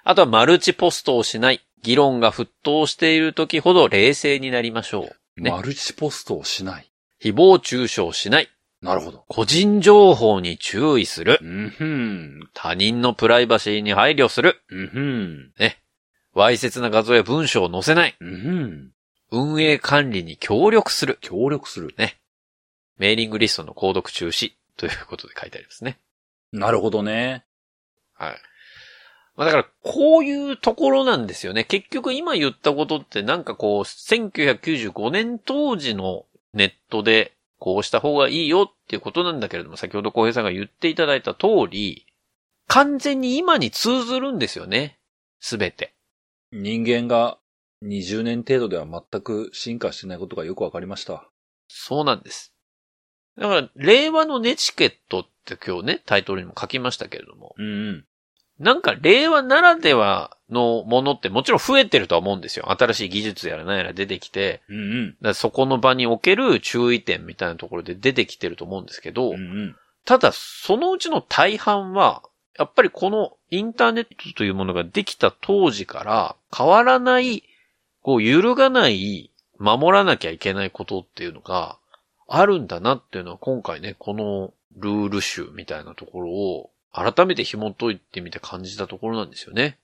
S1: あとは、マルチポストをしない。議論が沸騰しているときほど冷静になりましょう。ね
S2: マルチポストをしない。
S1: 誹謗中傷しない。
S2: なるほど。
S1: 個人情報に注意する。
S2: うんふん。
S1: 他人のプライバシーに配慮する。
S2: うんふん。
S1: わいせつな画像や文章を載せない。
S2: うんふん。
S1: 運営管理に協力する。
S2: 協力する。
S1: メーリングリストの購読中止。ということで書いてありますね。
S2: なるほどね。
S1: まあだから、こういうところなんですよね。結局今言ったことってなんかこう、1995年当時のネットで、こうした方がいいよっていうことなんだけれども、先ほど浩平さんが言っていただいた通り、完全に今に通ずるんですよね。すべて。
S2: 人間が20年程度では全く進化してないことがよくわかりました。
S1: そうなんです。だから、令和のネチケットって今日ね、タイトルにも書きましたけれども、
S2: うんうん。
S1: なんか令和ならではのものってもちろん増えてるとは思うんですよ。新しい技術やら何やら出てきて、
S2: うんうん。
S1: だからそこの場における注意点みたいなところで出てきてると思うんですけど、
S2: うんうん。
S1: ただそのうちの大半は、やっぱりこのインターネットというものができた当時から変わらない、こう揺るがない、守らなきゃいけないことっていうのがあるんだなっていうのは今回ね、このルール集みたいなところを改めて紐解いてみて感じたところなんですよね。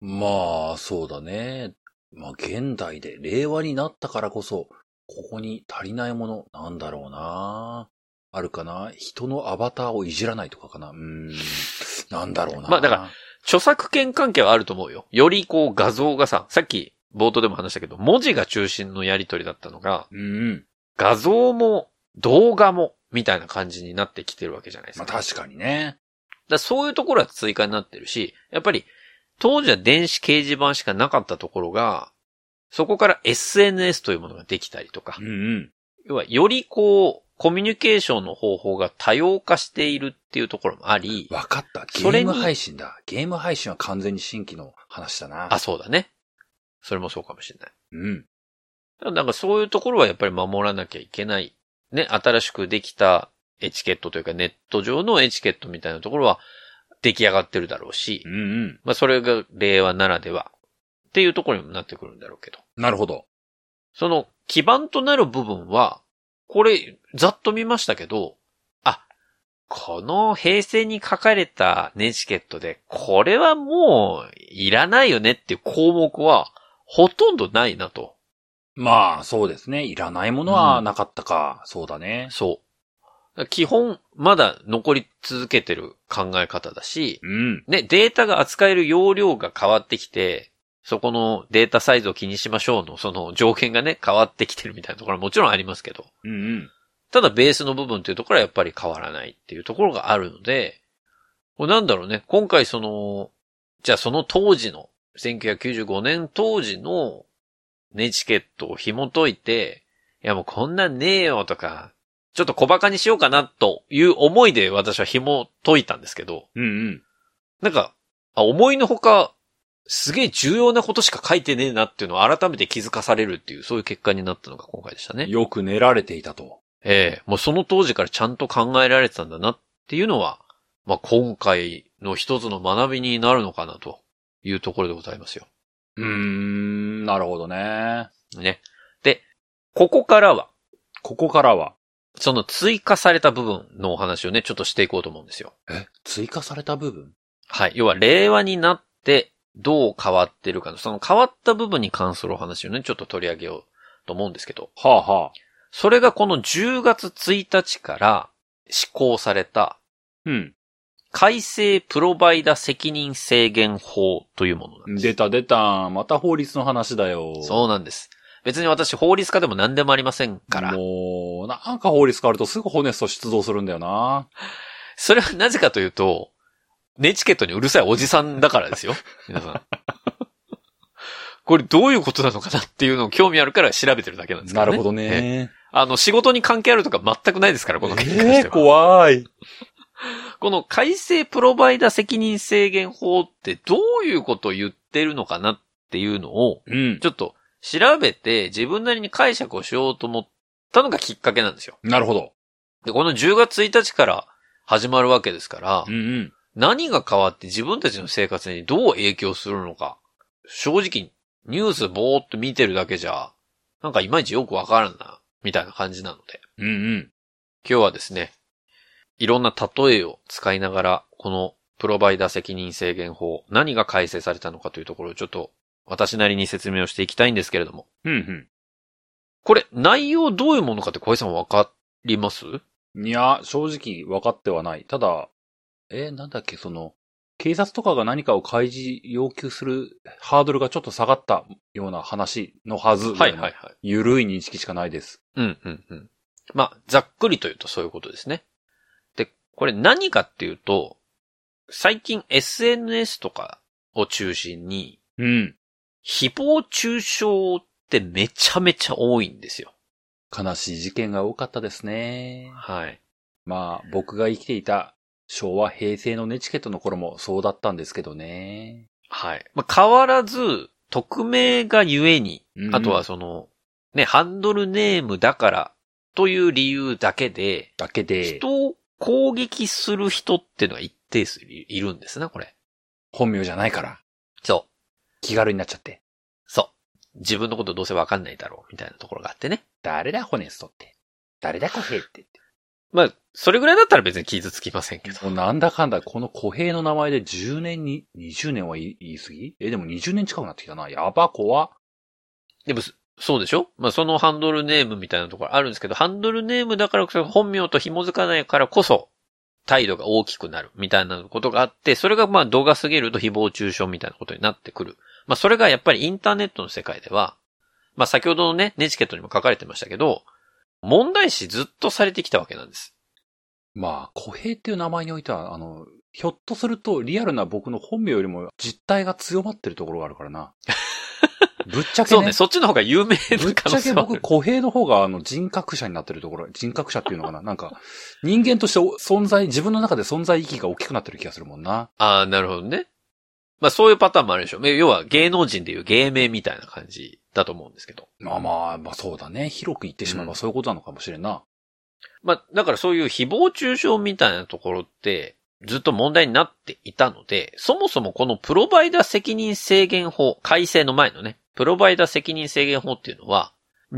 S2: まあ、そうだね。まあ、現代で令和になったからこそ、ここに足りないもの、なんだろうな。あるかな人のアバターをいじらないとかかなうーん。なんだろうな。
S1: まあだか著作権関係はあると思うよ。よりこう画像がさ、さっき冒頭でも話したけど、文字が中心のやりとりだったのが、
S2: うんうん。
S1: 画像も動画もみたいな感じになってきてるわけじゃないです
S2: まあ
S1: か。
S2: 確かに
S1: だか
S2: ね。
S1: らそういうところは追加になってるし、やっぱり当時は電子掲示板しかなかったところが、そこから SNS というものができたりとか
S2: うん、うん。
S1: 要はよりこう、コミュニケーションの方法が多様化しているっていうところもあり、
S2: わかった。ゲ
S1: それ
S2: ー
S1: に
S2: ム配信だ。ゲーム配信は完全に新規の話だな。
S1: あ、そうだね。それもそうかもしれない。
S2: うん。
S1: なんかそういうところはやっぱり守らなきゃいけない。ね、新しくできたエチケットというかネット上のエチケットみたいなところは出来上がってるだろうし
S2: う、んうん。
S1: まあそれが令和ならではっていうところにもなってくるんだろうけど。
S2: なるほど。
S1: その基盤となる部分は、これざっと見ましたけど、あ、この平成に書かれたネチケットで、これはもういらないよねっていう項目はほとんどないなと。
S2: まあ、そうですね。いらないものはなかったか。そうだね。
S1: そう。基本、まだ残り続けてる考え方だし、
S2: うん。
S1: ね、データが扱える容量が変わってきて、そこのデータサイズを気にしましょうの、その条件がね、変わってきてるみたいなところはもちろんありますけど、
S2: うんうん。
S1: ただベースの部分っていうところはやっぱり変わらないっていうところがあるので、これなんだろうね、今回その、じゃあその当時の、1995年当時のネチケットを紐解いて、いやもうこんなんねえよとか、ちょっと小馬鹿にしようかなという思いで私は紐解いたんですけど、
S2: うんうん。
S1: なんか、あ思いのほか、すげえ重要なことしか書いてねえなっていうのを改めて気づかされるっていう、そういう結果になったのが今回でしたね。
S2: よく練られていたと。
S1: ええもうその当時からちゃんと考えられてたんだなっていうのは、まあ、今回の一つの学びになるのかなというところでございますよ。
S2: うーん、なるほどね。
S1: ね。で、ここからは、
S2: ここからは、
S1: その追加された部分のお話をね、ちょっとしていこうと思うんですよ。
S2: え、追加された部分
S1: はい。要は、令和になってどう変わってるかの、その変わった部分に関するお話をね、ちょっと取り上げようと思うんですけど、
S2: はあはあ。
S1: それがこの10月1日から施行された
S2: うん。
S1: 改正プロバイダ責任制限法というものなんです。
S2: 出た出た。また法律の話だよ。
S1: そうなんです。別に私法律家でも何でもありませんから。
S2: もう、なんか法律変わるとすぐホネスト出動するんだよな。
S1: それはなぜかというと、ネチケットにうるさいおじさんだから ですよ。皆さん。これどういうことなのかなっていうのを興味あるから調べてるだけなんですけ
S2: な
S1: ど、ね。
S2: るほど
S1: ええ。
S2: ね。
S1: あの、仕事に関係あるとか全くないですから、この件に関
S2: え
S1: し
S2: え
S1: ては。
S2: 怖い。
S1: この改正プロバイダ責任制限法ってどういうことを言ってるのかなっていうのを、
S2: うん。
S1: ちょっと調べて自分なりに解釈をしようと思ったのがきっかけなんですよ。
S2: なるほど。
S1: で、この10月1日から始まるわけですから、
S2: うんうん。
S1: 何が変わって自分たちの生活にどう影響するのか、正直ニュースぼーっと見てるだけじゃ、なんかいまいちよくわからんな、みたいな感じなので、
S2: うんうん。
S1: 今日はですね、いろんな例えを使いながら、このプロバイダ責任制限法、何が改正されたのかというところをちょっと私なりに説明をしていきたいんですけれども、
S2: うん
S1: これ内容どういうものかって小井さんわかります
S2: うん。いや、正直分かってはない。ただ、えーなんだっけ、その、警察とかが何かを開示要求するハードルがちょっと下がったような話のはず。
S1: はいはい。はい。
S2: ゆるい認識しかないです。
S1: うんうんうん。まあ、ざっくりと言うとそういうことですね。で、これ何かっていうと、最近 SNS とかを中心に、
S2: うん。
S1: 誹謗中傷ってめちゃめちゃ多いんですよ。
S2: 悲しい事件が多かったですね。
S1: はい。
S2: まあ、僕が生きていた昭和平成のネチケットの頃もそうだったんですけどね。
S1: はい。まあ、変わらず、匿名がゆえに、
S2: うん
S1: あとはその、ね、ハンドルネームだからという理由だけで、
S2: だけで、
S1: 人を攻撃する人っていうのが一定数いるんですね、これ。
S2: 本名じゃないから、
S1: そう。
S2: 気軽になっちゃって。
S1: そう。自分のことどうせわかんないだろう、みたいなところがあってね。
S2: 誰だ、ホネストって。誰だ、コヘイってって。
S1: まあ、それぐらいだったら別に傷つきませんけど。
S2: もうなんだかんだ、このコヘイの名前で10年に、20年は言い言い過ぎえ、でも20年近くなってきたな。やば、怖。
S1: でも、そそうでしょまあ、そのハンドルネームみたいなところあるんですけど、ハンドルネームだからこそ、本名と紐づかないからこそ、態度が大きくなる、みたいなことがあって、それがまあ、度が過ぎると誹謗中傷みたいなことになってくる。まあ、それがやっぱりインターネットの世界では、まあ、先ほどのね、ネチケットにも書かれてましたけど、問題視ずっとされてきたわけなんです。
S2: まあ、コヘイっていう名前においては、あの、ひょっとするとリアルな僕の本名よりも実態が強まってるところがあるか らな。ぶっちゃけ
S1: そう
S2: ね
S1: ね、、そっちの方が有名
S2: ぶ
S1: な
S2: っ
S1: 可
S2: ち
S1: 能
S2: ゃけ
S1: 性はあ
S2: 僕、
S1: る。
S2: 小平の方が、あの、人格者になってるところ、人格者っていうのかななんか、人間としてお存在、自分の中で存在意義が大きくなってる気がするもんな。
S1: ああ、なるほどね。まあそういうパターンもあるでしょ。まあ要は芸能人でいう芸名みたいな感じだと思うんですけど。
S2: まあまあ、まあそうだね。広く言ってしまえ
S1: う
S2: ば
S1: ん
S2: そういうことなのかもしれんな。
S1: まあだからそういう誹謗中傷みたいなところってずっと問題になっていたので、そもそもこのプロバイダ責任制限法、改正の前のね、プロバイダ責任制限法っていうのは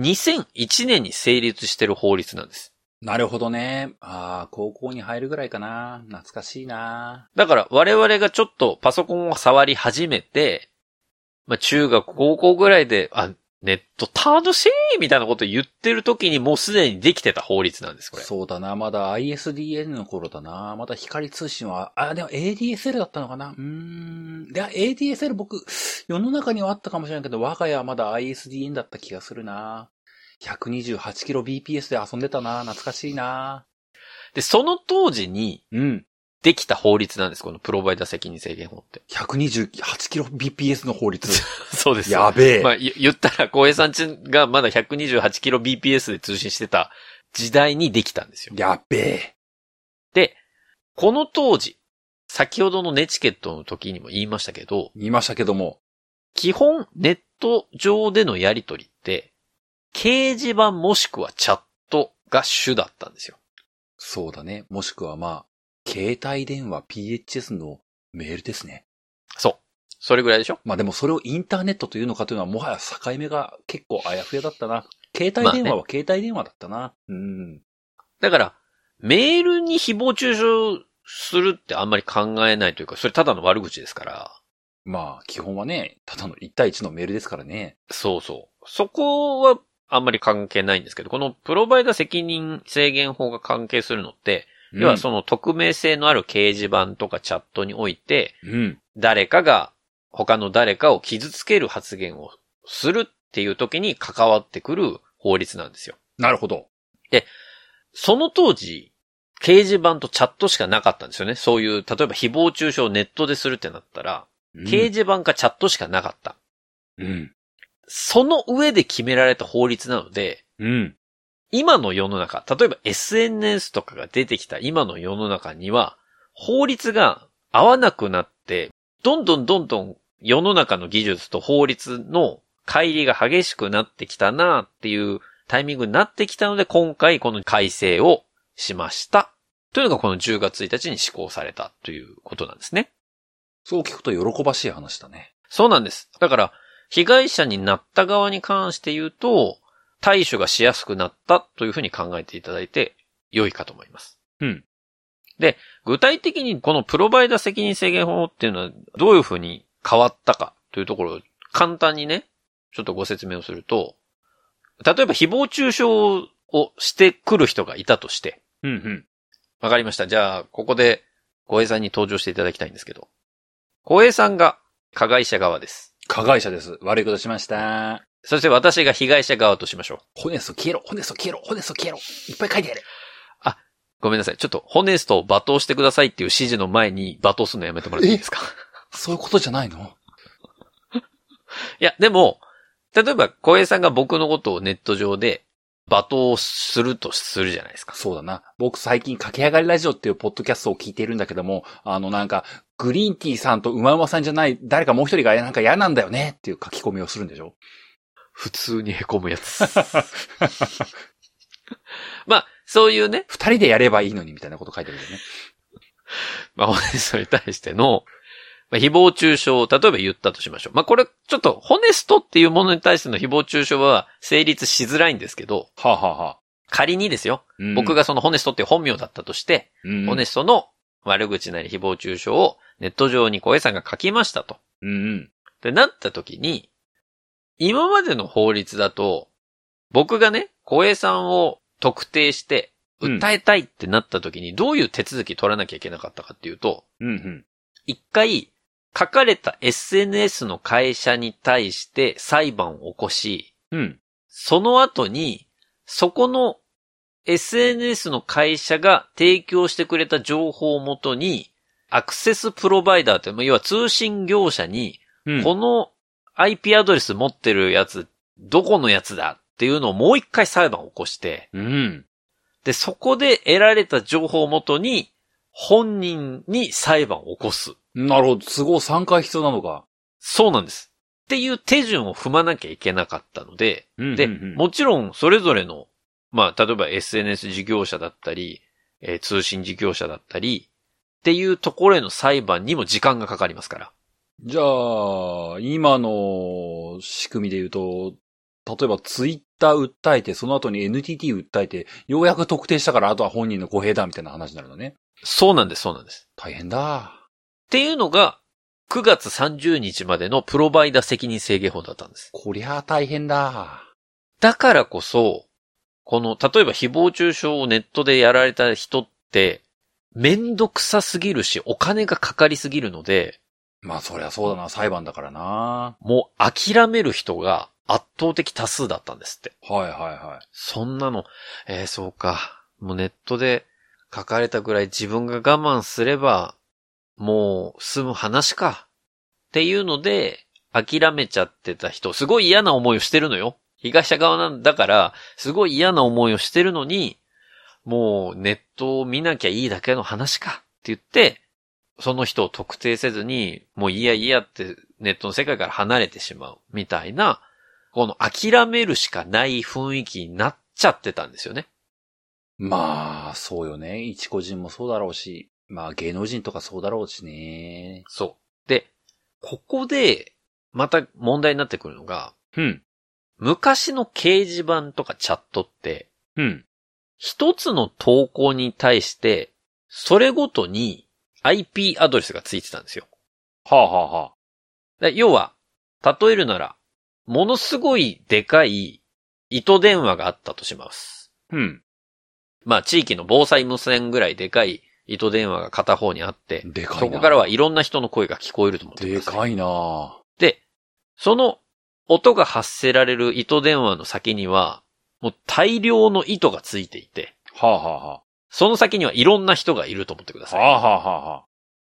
S1: 2001年に成立してる法律なんです。
S2: なるほどね。ああ、高校に入るぐらいかな。懐かしいな。
S1: だから我々がちょっとパソコンを触り始めて、まあ中学高校ぐらいで、あ、ネット楽しいみたいなこと言ってる時にもうすでにできてた法律なんです、これ。
S2: そうだな。まだ ISDN の頃だな。まだ光通信は、あ、でも ADSL だったのかな。うーん。で、ADSL 僕、世の中にはあったかもしれないけど、我が家はまだ ISDN だった気がするな。128kbps で遊んでたな。懐かしいな。
S1: で、その当時に
S2: うん。
S1: できた法律なんです、このプロバイダ責任制限法って。
S2: 128kbps の法律。
S1: そうで
S2: やべえ。
S1: まあ、ゆ言ったら、浩平さんちがまだ 128kbps で通信してた時代にできたんですよ。
S2: やべえ。
S1: で、この当時、先ほどのネチケットの時にも言いましたけど、
S2: 見ましたけども。
S1: 基本、ネット上でのやりとりって、掲示板もしくはチャットが主だったんですよ。
S2: そうだね。もしくはまあ、携帯電話 PHS のメールですね。
S1: そう。それぐらいでしょ
S2: まあでもそれをインターネットというのかというのはもはや境目が結構あやふやだったな。携
S1: まあ
S2: 帯
S1: ね
S2: 電話は携帯電話だったな。うん。
S1: だから、メールに誹謗中傷するってあんまり考えないというか、それただの悪口ですから。
S2: まあ基本はね、ただの1対1のメールですからね。
S1: そうそう。そこはあんまり関係ないんですけど、このプロバイダ責任制限法が関係するのって、要はその匿名性のある掲示板とかチャットにおいて、
S2: うん。うん。
S1: 誰かが他の誰かを傷つける発言をするっていう時に関わってくる法律なんですよ。
S2: なるほど。
S1: その当時、掲示板とチャットしかなかったんですよね。そういう、例えば誹謗中傷をネットでするってなったら、掲示板かチャットしかなかった。
S2: うん。
S1: その上で決められた法律なので、
S2: うん。
S1: 今の世の中、例えば SNS とかが出てきた今の世の中には、法律が合わなくなって、どんどんどんどん世の中の技術と法律の乖離が激しくなってきたなっていうタイミングになってきたので、今回この改正をしました。というのがこの10月1日に施行されたということなんですね。
S2: そう聞くと喜ばしい話だね。
S1: そうなんです。だから、被害者になった側に関して言うと、対処がしやすくなったというふうに考えていただいて良いかと思います。
S2: うん。
S1: で、具体的にこのプロバイダ責任制限法っていうのはどういうふうに変わったかというところを簡単にね、ちょっとご説明をすると、例えば誹謗中傷をしてくる人がいたとして、
S2: うんうん。
S1: わかりました。じゃあ、ここで、小平さんに登場していただきたいんですけど、小平さんが加害者側です。
S2: 加害者です。悪いことしました。
S1: そして私が被害者側としましょう。
S2: ホネスト消えろ、ホネスト消えろ、ホネスト消えろ。いっぱい書いてやれ。
S1: ごめんなさい。ちょっと、ホネストを罵倒してくださいっていう指示の前に罵倒するのやめてもらっていいですか
S2: そういうことじゃないの
S1: いや、でも、例えば、小平さんが僕のことをネット上で罵倒するとするじゃないですか。
S2: そうだな。僕最近駆け上がりラジオっていうポッドキャストを聞いているんだけども、あのなんか、グリーンティーさんとうまうまさんじゃない、誰かもう一人がなんか嫌なんだよねっていう書き込みをするんでしょ
S1: 普通に凹むやつ。まあ、そういうね、
S2: 二人でやればいいのにみたいなこと書いてあるよね。
S1: まあ、ホネストに対しての、まあ、誹謗中傷を、例えば言ったとしましょう。まあ、これ、ちょっと、ホネストっていうものに対しての誹謗中傷は成立しづらいんですけど、
S2: はあ、はあはあ、
S1: 仮にですよ、
S2: うん
S1: 僕、がそのホネストっていう本名だったとして、
S2: うん
S1: ホネストの悪口なり誹謗中傷をネット上に小江さんが書きましたと。
S2: うんうん。
S1: で、なった時に、今までの法律だと、僕がね、小江さんを特定して、
S2: うん
S1: 訴えたいってなった時に、どういう手続き取らなきゃいけなかったかっていうと、
S2: うんうん。
S1: 一回、書かれた SNS の会社に対して裁判を起こし、
S2: うん。
S1: その後に、そこの SNS の会社が提供してくれた情報をもとに、アクセスプロバイダーという、要は通信業者に、
S2: うん。
S1: この IP アドレス持ってるやつ、どこのやつだっていうのをもう一回裁判を起こして、
S2: うん。
S1: で、そこで得られた情報をもとに、本人に裁判を起こす。
S2: なるほど。都合3回必要なのか。
S1: そうなんです。っていう手順を踏まなきゃいけなかったので、
S2: うん
S1: で、
S2: うんうん
S1: もちろんそれぞれの、まあ、例えば SNS 事業者だったり、えー通信事業者だったり、っていうところへの裁判にも時間がかかりますから。
S2: じゃあ、今の仕組みで言うと、例えばツイッター訴えて、その後に NTT 訴えて、ようやく特定したから、あとは本人の公平だ、みたいな話になるのね。
S1: そうなんです、そうなんです。
S2: 大変だ。
S1: っていうのが、9月30日までのプロバイダ責任制限法だったんです。
S2: こりゃあ大変だ。
S1: だからこそ、この、例えば誹謗中傷をネットでやられた人って、めんどくさすぎるし、お金がかかりすぎるので、
S2: まあそりゃそうだな、裁判だからな。は
S1: もう諦める人が圧倒的多数だったんですって。
S2: いはいはい。
S1: そんなの、えーそうか。もうネットで書かれたぐらい自分が我慢すれば、もう済む話か。っていうので、諦めちゃってた人、すごい嫌な思いをしてるのよ。被害者側なんだから、すごい嫌な思いをしてるのに、もうネットを見なきゃいいだけの話か。って言って、その人を特定せずに、もういいやいいやってネットの世界から離れてしまう。みたいな、この諦めるしかない雰囲気になっちゃってたんですよね。
S2: まあ、そうよね。一個人もそうだろうし、まあ芸能人とかそうだろうしね。
S1: そう。で、ここで、また問題になってくるのが、
S2: うん。
S1: 昔の掲示板とかチャットって、
S2: うん。
S1: 一つの投稿に対して、それごとに IP アドレスがついてたんですよ。
S2: はあはあはあ。
S1: で要は、例えるなら、ものすごいでかい糸電話があったとします。
S2: うん。
S1: まあ地域の防災無線ぐらいでかい糸電話が片方にあって、
S2: でかいな。
S1: そこからはいろんな人の声が聞こえると思ってく
S2: で
S1: ださい。
S2: かいな。
S1: で、その音が発せられる糸電話の先には、もう大量の糸がついていて、
S2: はあ、は
S1: その先にはいろんな人がいると思ってくだ
S2: あ、はあ。
S1: さ
S2: はあ、はあ、はあ。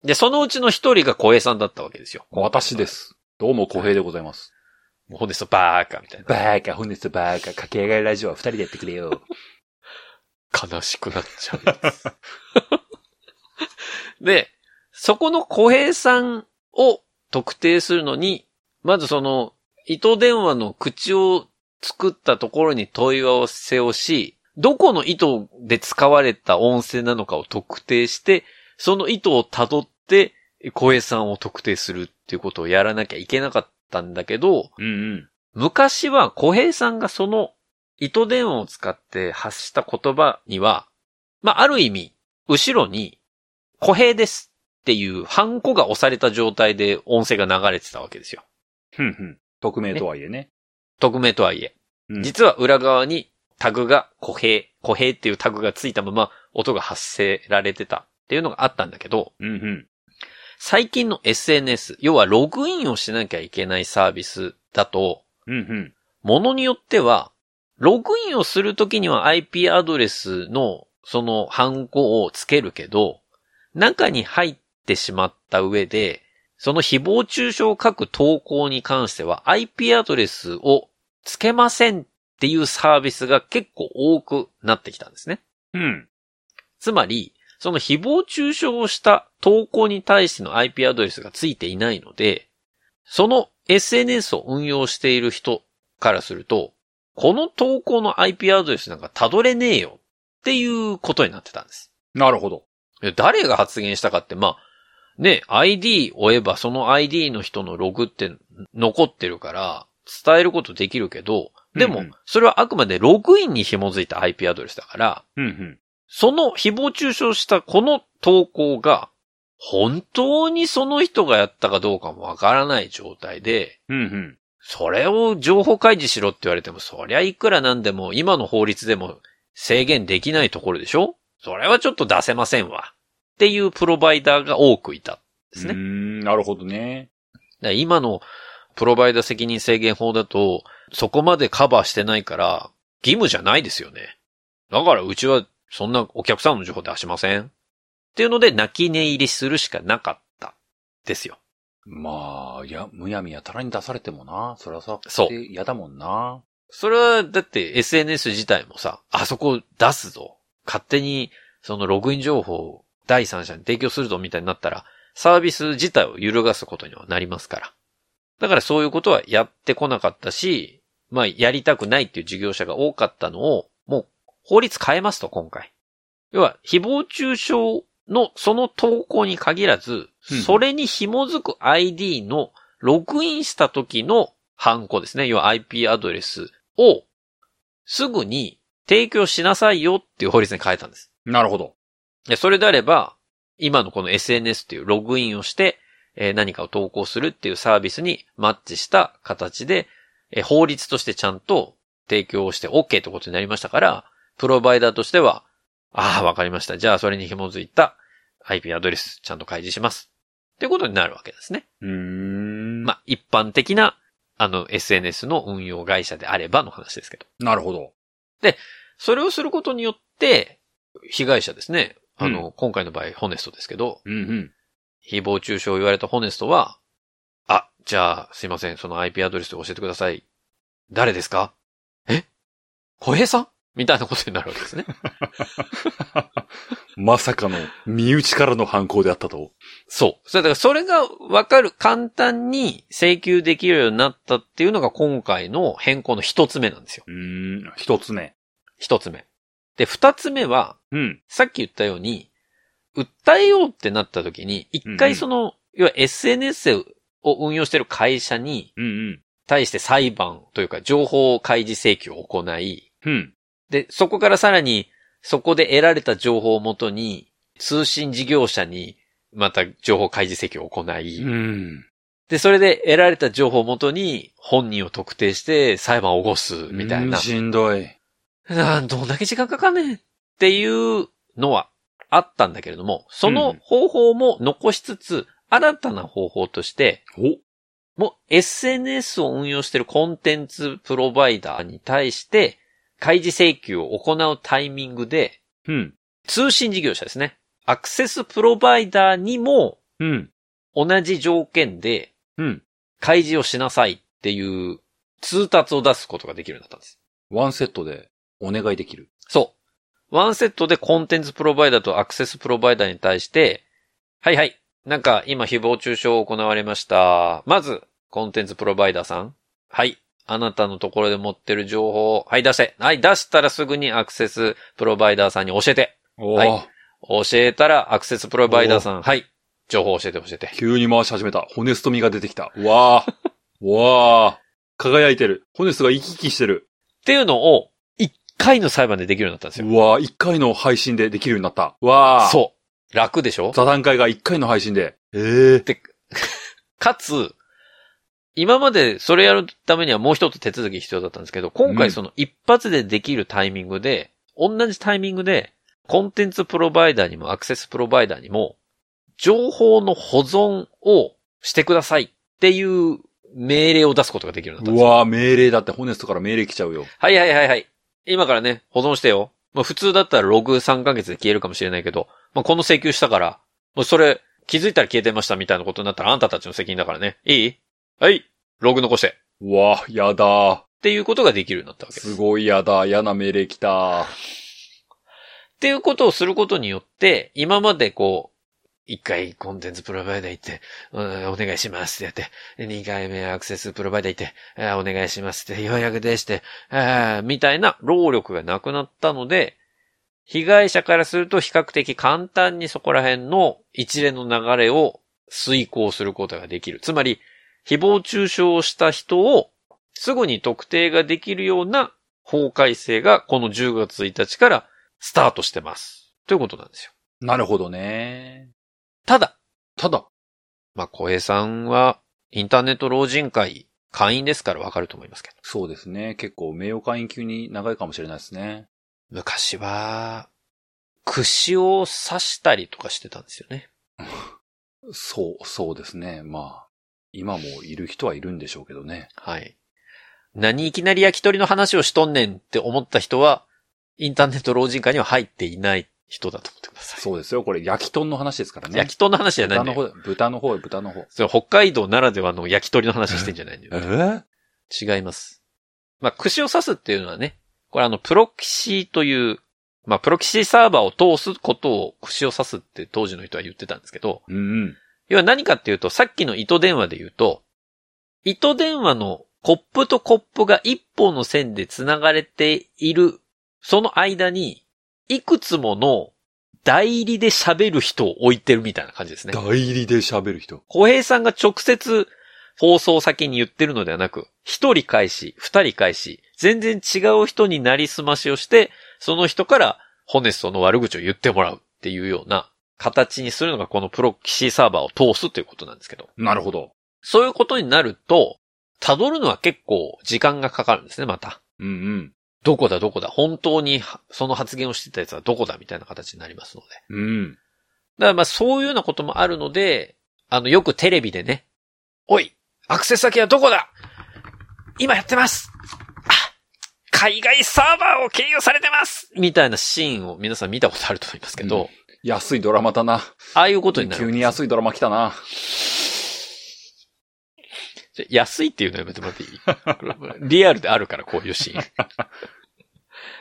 S1: い。で、そのうちの一人が小江さんだったわけですよ。
S2: 私で。す。どうも、小平でございます。
S1: もうほんでそう、バーカみたいな。
S2: バーカ、本日バーカ、駆け上がりラジオは二人でやってくれよ。
S1: 悲しくなっちゃうやつ。 で、そこの小平さんを特定するのに、まずその、糸電話の口を作ったところに問い合わせをし、どこの糸で使われた音声なのかを特定して、その糸を辿って、小平さんを特定するっていうことをやらなきゃいけなかったんだけど、
S2: うんうん。
S1: 昔は小平さんがその糸電話を使って発した言葉には、まあ、ある意味、後ろに、小平ですっていうハンコが押された状態で音声が流れてたわけですよ。
S2: ふんふん。匿名とはいえね。
S1: 匿名とはいえ。
S2: うん
S1: 実は裏側にタグが小平、小平っていうタグがついたまま音が発せられてたっていうのがあったんだけど、
S2: うんうん。
S1: 最近の SNS、要はログインをしなきゃいけないサービスだと、
S2: うんうん。
S1: ものによっては、ログインをするときには IP アドレスのそのハンコをつけるけど、中に入ってしまった上で、その誹謗中傷を書く投稿に関しては IP アドレスをつけませんっていうサービスが結構多くなってきたんですね。
S2: うん。
S1: つまり、その誹謗中傷をした投稿に対しての IP アドレスがついていないので、その SNS を運用している人からすると、この投稿の IP アドレスなんか辿れねえよっていうことになってたんです。
S2: なるほど。
S1: で誰が発言したかって、まあ、ね、ID を追えばその ID の人のログって残ってるから、伝えることできるけど、で
S2: う
S1: も
S2: んうん、
S1: それはあくまでログインに紐づいた IP アドレスだから、
S2: うんうん。
S1: その誹謗中傷したこの投稿が、本当にその人がやったかどうかもわからない状態で、
S2: うんうん。
S1: それを情報開示しろって言われても、そりゃいくらなんでも今の法律でも制限できないところでしょそれはちょっと出せませんわ。っていうプロバイダーが多くいたんですね
S2: うー。ん、なるほどね。
S1: だから今のプロバイダー責任制限法だと、そこまでカバーしてないから、義務じゃないですよね。だからうちはそんなお客さんの情報出しません。っていうので泣き寝入りするしかなかった。ですよ。
S2: まあ、いや、むやみやたらに出されてもな。そりゃさ、
S1: そう
S2: で嫌だもんな。
S1: それはだって SNS 自体もさ、あそこ出すぞ。勝手にそのログイン情報を第三者に提供するぞみたいになったら、サービス自体を揺るがすことにはなりますから。だからそういうことはやってこなかったし、まあやりたくないっていう事業者が多かったのを、もう法律変えますと今回。要は、誹謗中傷のその投稿に限らず、
S2: うん
S1: それに紐づく ID のログインした時のハンコですね。要は IP アドレスをすぐに提供しなさいよっていう法律に変えたんです。
S2: なるほど。
S1: でそれであれば、今のこの SNS っていうログインをして、えー何かを投稿するっていうサービスにマッチした形で、えー法律としてちゃんと提供して OK ってことになりましたから、プロバイダーとしては、ああ、わかりました。じゃあ、それに紐づいた IP アドレスちゃんと開示します。っていうことになるわけですね。
S2: うーん。
S1: まあ、一般的な、あの、SNS の運用会社であればの話ですけど。
S2: なるほど。
S1: それをすることによって、被害者ですね。あの、今回の場合、ホネストですけど、
S2: うんうん。
S1: 誹謗中傷を言われたホネストは、あ、じゃあ、すいません、その IP アドレス教えてください。誰ですかえ小平さんみたいなことになるわけ ですね。
S2: まさかの、身内からの犯行であったと。
S1: そう。それだから、それがわかる、簡単に請求できるようになったっていうのが今回の変更の一つ目なんですよ。
S2: うーん、一つね。
S1: 一つ目。で、二つ目は、
S2: うん。
S1: さっき言ったように、訴えようってなった時に、一
S2: うんう
S1: 回
S2: ん
S1: その、要は SNS を運用してる会社に、
S2: うんうん。
S1: 対して裁判というか情報開示請求を行い、
S2: うん。
S1: で、そこからさらに、そこで得られた情報をもとに、通信事業者にまた情報開示請求を行い、
S2: うん。
S1: で、それで得られた情報をもとに本人を特定して裁判を起こすみたいな
S2: うん。しんどい。
S1: あーどんだけ時間かかんねんっていうのはあったんだけれども、その方法も残しつつ、新たな方法として、
S2: お
S1: もう SNS を運用しているコンテンツプロバイダーに対して、開示請求を行うタイミングで、
S2: うん。
S1: 通信事業者ですね。アクセスプロバイダーにも
S2: うん。
S1: 同じ条件で
S2: うん。
S1: 開示をしなさいっていう通達を出すことができるようになったんです。
S2: ワンセットでお願いできる。
S1: そう。ワンセットでコンテンツプロバイダーとアクセスプロバイダーに対して、はいはい。なんか今誹謗中傷を行われました。まず、コンテンツプロバイダーさん。はい。あなたのところで持ってる情報を、はい出して。はい出したらすぐにアクセスプロバイダーさんに教えて。
S2: お
S1: はい教えたらアクセスプロバイダーさん。はい。情報教えて教えて。
S2: 急に回し始めた。ホネスト味が出てきた。う わあ。うわあ。輝いてる。ホネストが生き生きしてる。
S1: っていうのを、一回の裁判でできるようになったんですよ。
S2: うわあ、一回の配信でできるようになった。うわあ。
S1: そう。楽でしょ
S2: 座談会が一回の配信で。ええ
S1: かつ、今までそれやるためにはもう一つ手続き必要だったんですけど、今
S2: う
S1: 回
S2: ん
S1: その一発でできるタイミングで、同じタイミングで、コンテンツプロバイダーにもアクセスプロバイダーにも、情報の保存をしてくださいっていう命令を出すことができるようになったん
S2: う
S1: ですよ。
S2: わあ、命令だって、ホネストから命令来ちゃうよ。
S1: はいはいはいはい。今からね、保存してよ。まあ普通だったらログ3ヶ月で消えるかもしれないけど、まあこの請求したから、もうそれ気づいたら消えてましたみたいなことになったらあんたたちの責任だからね。いいはい。ログ残して。っ
S2: うわあ、やだー。
S1: ていうことができるようになったわけです。
S2: す
S1: っ
S2: ごいやだ。嫌な命令来た。
S1: ていうことをすることによって、今までこう、一回コンテンツプロバイダー行って、うんお願いしますってやって、で二回目アクセスプロバイダー行って、あーお願いしますって、ようやくでして、あーみたいな労力がなくなったので、被害者からすると比較的簡単にそこら辺の一連の流れを遂行することができる。つまり、誹謗中傷をした人をすぐに特定ができるような法改正がこの10月1日からスタートしてます。ということなんですよ。
S2: なるほどね。
S1: ただ、
S2: ただ、
S1: まあ、小江さんは、インターネット老人会会員ですからわかると思いますけど。
S2: そうですね。結構、名誉会員級に長いかもしれないですね。
S1: 昔は、串を刺したりとかしてたんですよね。
S2: そう、そうですね。まあ、今もいる人はいるんでしょうけどね。
S1: はい。何いきなり焼き鳥の話をしとんねんって思った人は、インターネット老人会には入っていない人だと思ってください。
S2: そうですよ。これ、焼き豚の話ですからね。
S1: 焼き鳥の話じゃない
S2: 豚
S1: んだ
S2: の
S1: よ。
S2: 方、豚の方、豚の方。
S1: それ北海道ならではの焼き鳥の話してんじゃないんだ
S2: え
S1: よ。違います。まあ、串を刺すっていうのはね、これあの、プロキシーという、まあ、プロキシサーバーを通すことを串を刺すって当時の人は言ってたんですけど、
S2: うんうん。
S1: 要は何かっていうと、さっきの糸電話で言うと、糸電話のコップとコップが一本の線で繋がれている、その間に、いくつもの代理で喋る人を置いてるみたいな感じですね。
S2: 代理で喋る人。
S1: 小平さんが直接放送先に言ってるのではなく、一人返し、二人返し、全然違う人になりすましをして、その人からホネストの悪口を言ってもらうっていうような形にするのがこのプロキシサーバーを通すということなんですけど、
S2: なるほど。
S1: そういうことになると、辿るのは結構時間がかかるんですね、また。
S2: うんうん。
S1: どこだどこだ、本当にはその発言をしてたやつはどこだみたいな形になりますので。
S2: うん。
S1: だからまあそういうようなこともあるので、あの、よくテレビでね、おいアクセス先はどこだ今やってますあ海外サーバーを経由されてますみたいなシーンを皆さん見たことあると思いますけど、
S2: うん安いドラマだな。
S1: ああいうことになる。
S2: 急に安いドラマ来たな。
S1: じゃ安いっていうのやめてもらっていい リアルであるから、こういうシーン。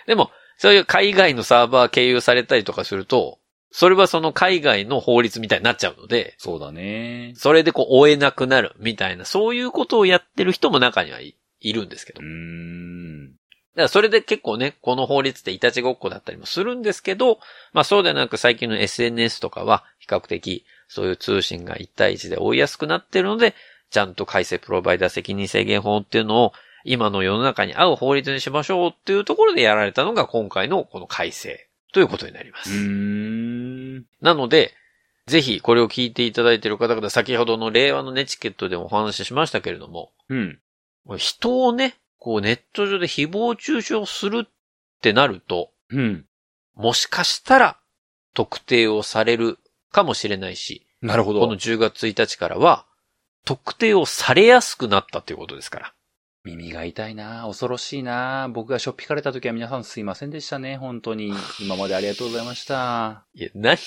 S1: でも、そういう海外のサーバー経由されたりとかすると、それはその海外の法律みたいになっちゃうので、
S2: そうだね。
S1: それでこう追えなくなるみたいな、そういうことをやってる人も中にはいいるんですけど。
S2: う
S1: だか
S2: ん。
S1: らそれで結構ね、この法律っていたちごっこだったりもするんですけど、まあそうではなく最近の SNS とかは比較的そういう通信が1対1で追いやすくなってるので、ちゃんと改正プロバイダー責任制限法っていうのを今の世の中に合う法律にしましょうっていうところでやられたのが今回のこの改正ということになりま
S2: う
S1: す。
S2: ーん。
S1: なので、ぜひこれを聞いていただいている方々、先ほどの令和のネチケットでもお話ししましたけれども、
S2: うん。
S1: 人をね、こうネット上で誹謗中傷するってなると、
S2: うん。
S1: もしかしたら特定をされるかもしれないし、
S2: なるほ
S1: この
S2: ど。
S1: 10月1日からは、特定をされやすくなったっていうことですから。
S2: 耳が痛いな恐ろしいな僕がしょっぴかれた時は皆さんすいませんでしたね、本当に。今までありがとうございました。
S1: いや、何、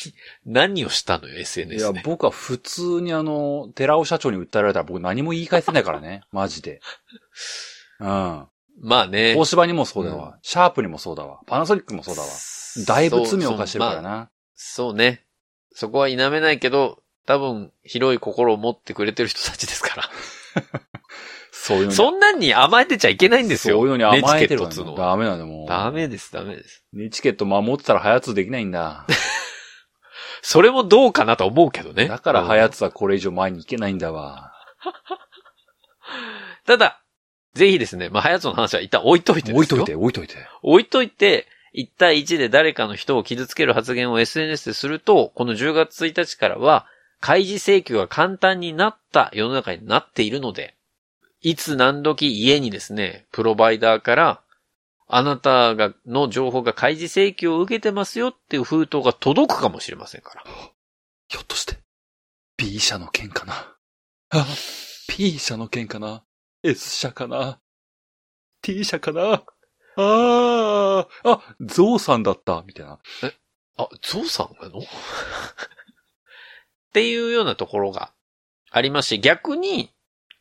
S1: 何をしたのよ、
S2: い
S1: SNS
S2: や
S1: で、。
S2: 僕は普通にあの、寺尾社長に訴えられたら僕何も言い返せないから ね、マジで。うん。
S1: まあね。
S2: 東芝にもそうだわ。シャープにもそうだわ。パナソニックもそうだわ。だいぶ罪を犯してるか
S1: そう。そうま
S2: ら
S1: あ
S2: な。
S1: そうね。そこは否めないけど、多分、広い心を持ってくれてる人たちですから。
S2: そういうのに。
S1: そんなんに甘えてちゃいけないんですよ。
S2: そういうのに甘えてる
S1: ネチケットっつうのは。
S2: ダメなんだも
S1: ダメです、ダメです。
S2: う。ネチケット守ってたら早津できないんだ。
S1: それもどうかなと思うけどね。
S2: だから早
S1: く。
S2: 津はこれ以上前に行けないんだわ。
S1: ただ、ぜひですね、まあ、はやつの話は一旦置いといてですよ
S2: 置いといて、。置いといて。
S1: 置いといて、1対1で誰かの人を傷つける発言を SNS ですると、この10月1日からは、開示請求が簡単になった世の中になっているので、いつ何時家にですね、プロバイダーから、あなたが、の情報が開示請求を受けてますよっていう封筒が届くかもしれませんから。
S2: ひょっとして、B 社の件かなあ、P 社の件かな ?S 社かな ?T 社かなああ、あ、ゾウさんだった、みたいな。
S1: あ、ゾウさんなの っていうようなところがありまして、逆に、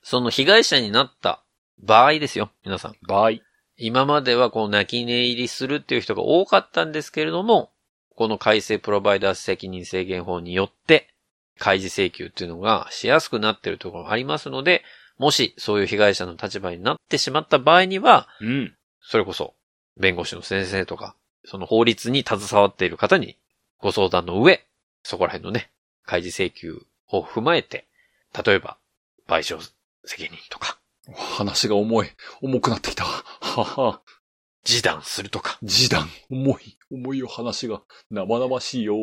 S1: その被害者になった場合ですよ、皆さん。
S2: バイ。
S1: 今まではこう泣き寝入りするっていう人が多かったんですけれども、この改正プロバイダー責任制限法によって、開示請求っていうのがしやすくなってるところもありますので、もしそういう被害者の立場になってしまった場合には、
S2: うん。
S1: それこそ弁護士の先生とか、その法律に携わっている方にご相談の上、そこら辺のね、開示請求を踏まえて、例えば賠償責任とか、
S2: 話が重い。重くなってきた。はは。
S1: 示談するとか、
S2: 示談。重い。重いよ、話が。生々しいよ。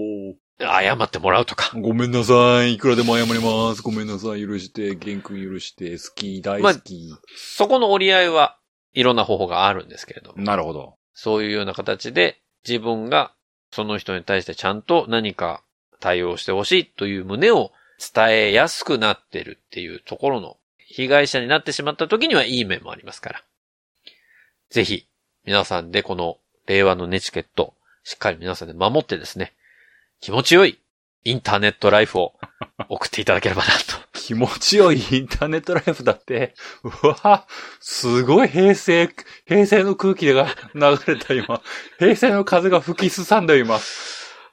S1: 謝ってもらうとか、
S2: ごめんなさい。いくらでも謝ります。ごめんなさい。許して。玄君許して。好き、大好き。
S1: そこの折り合いはいろんな方法があるんですけれども、
S2: なるほど。
S1: そういうような形で自分がその人に対してちゃんと何か対応してほしいという旨を伝えやすくなってるっていうところの被害者になってしまった時にはいい面もありますから。ぜひ皆さんでこの令和のネチケットしっかり皆さんで守ってですね、気持ちよいインターネットライフを送っていただければなと。
S2: 気持ちよいインターネットライフだって、うわすごい平成、平成の空気が流れた今。平成の風が吹きすさんだよ今。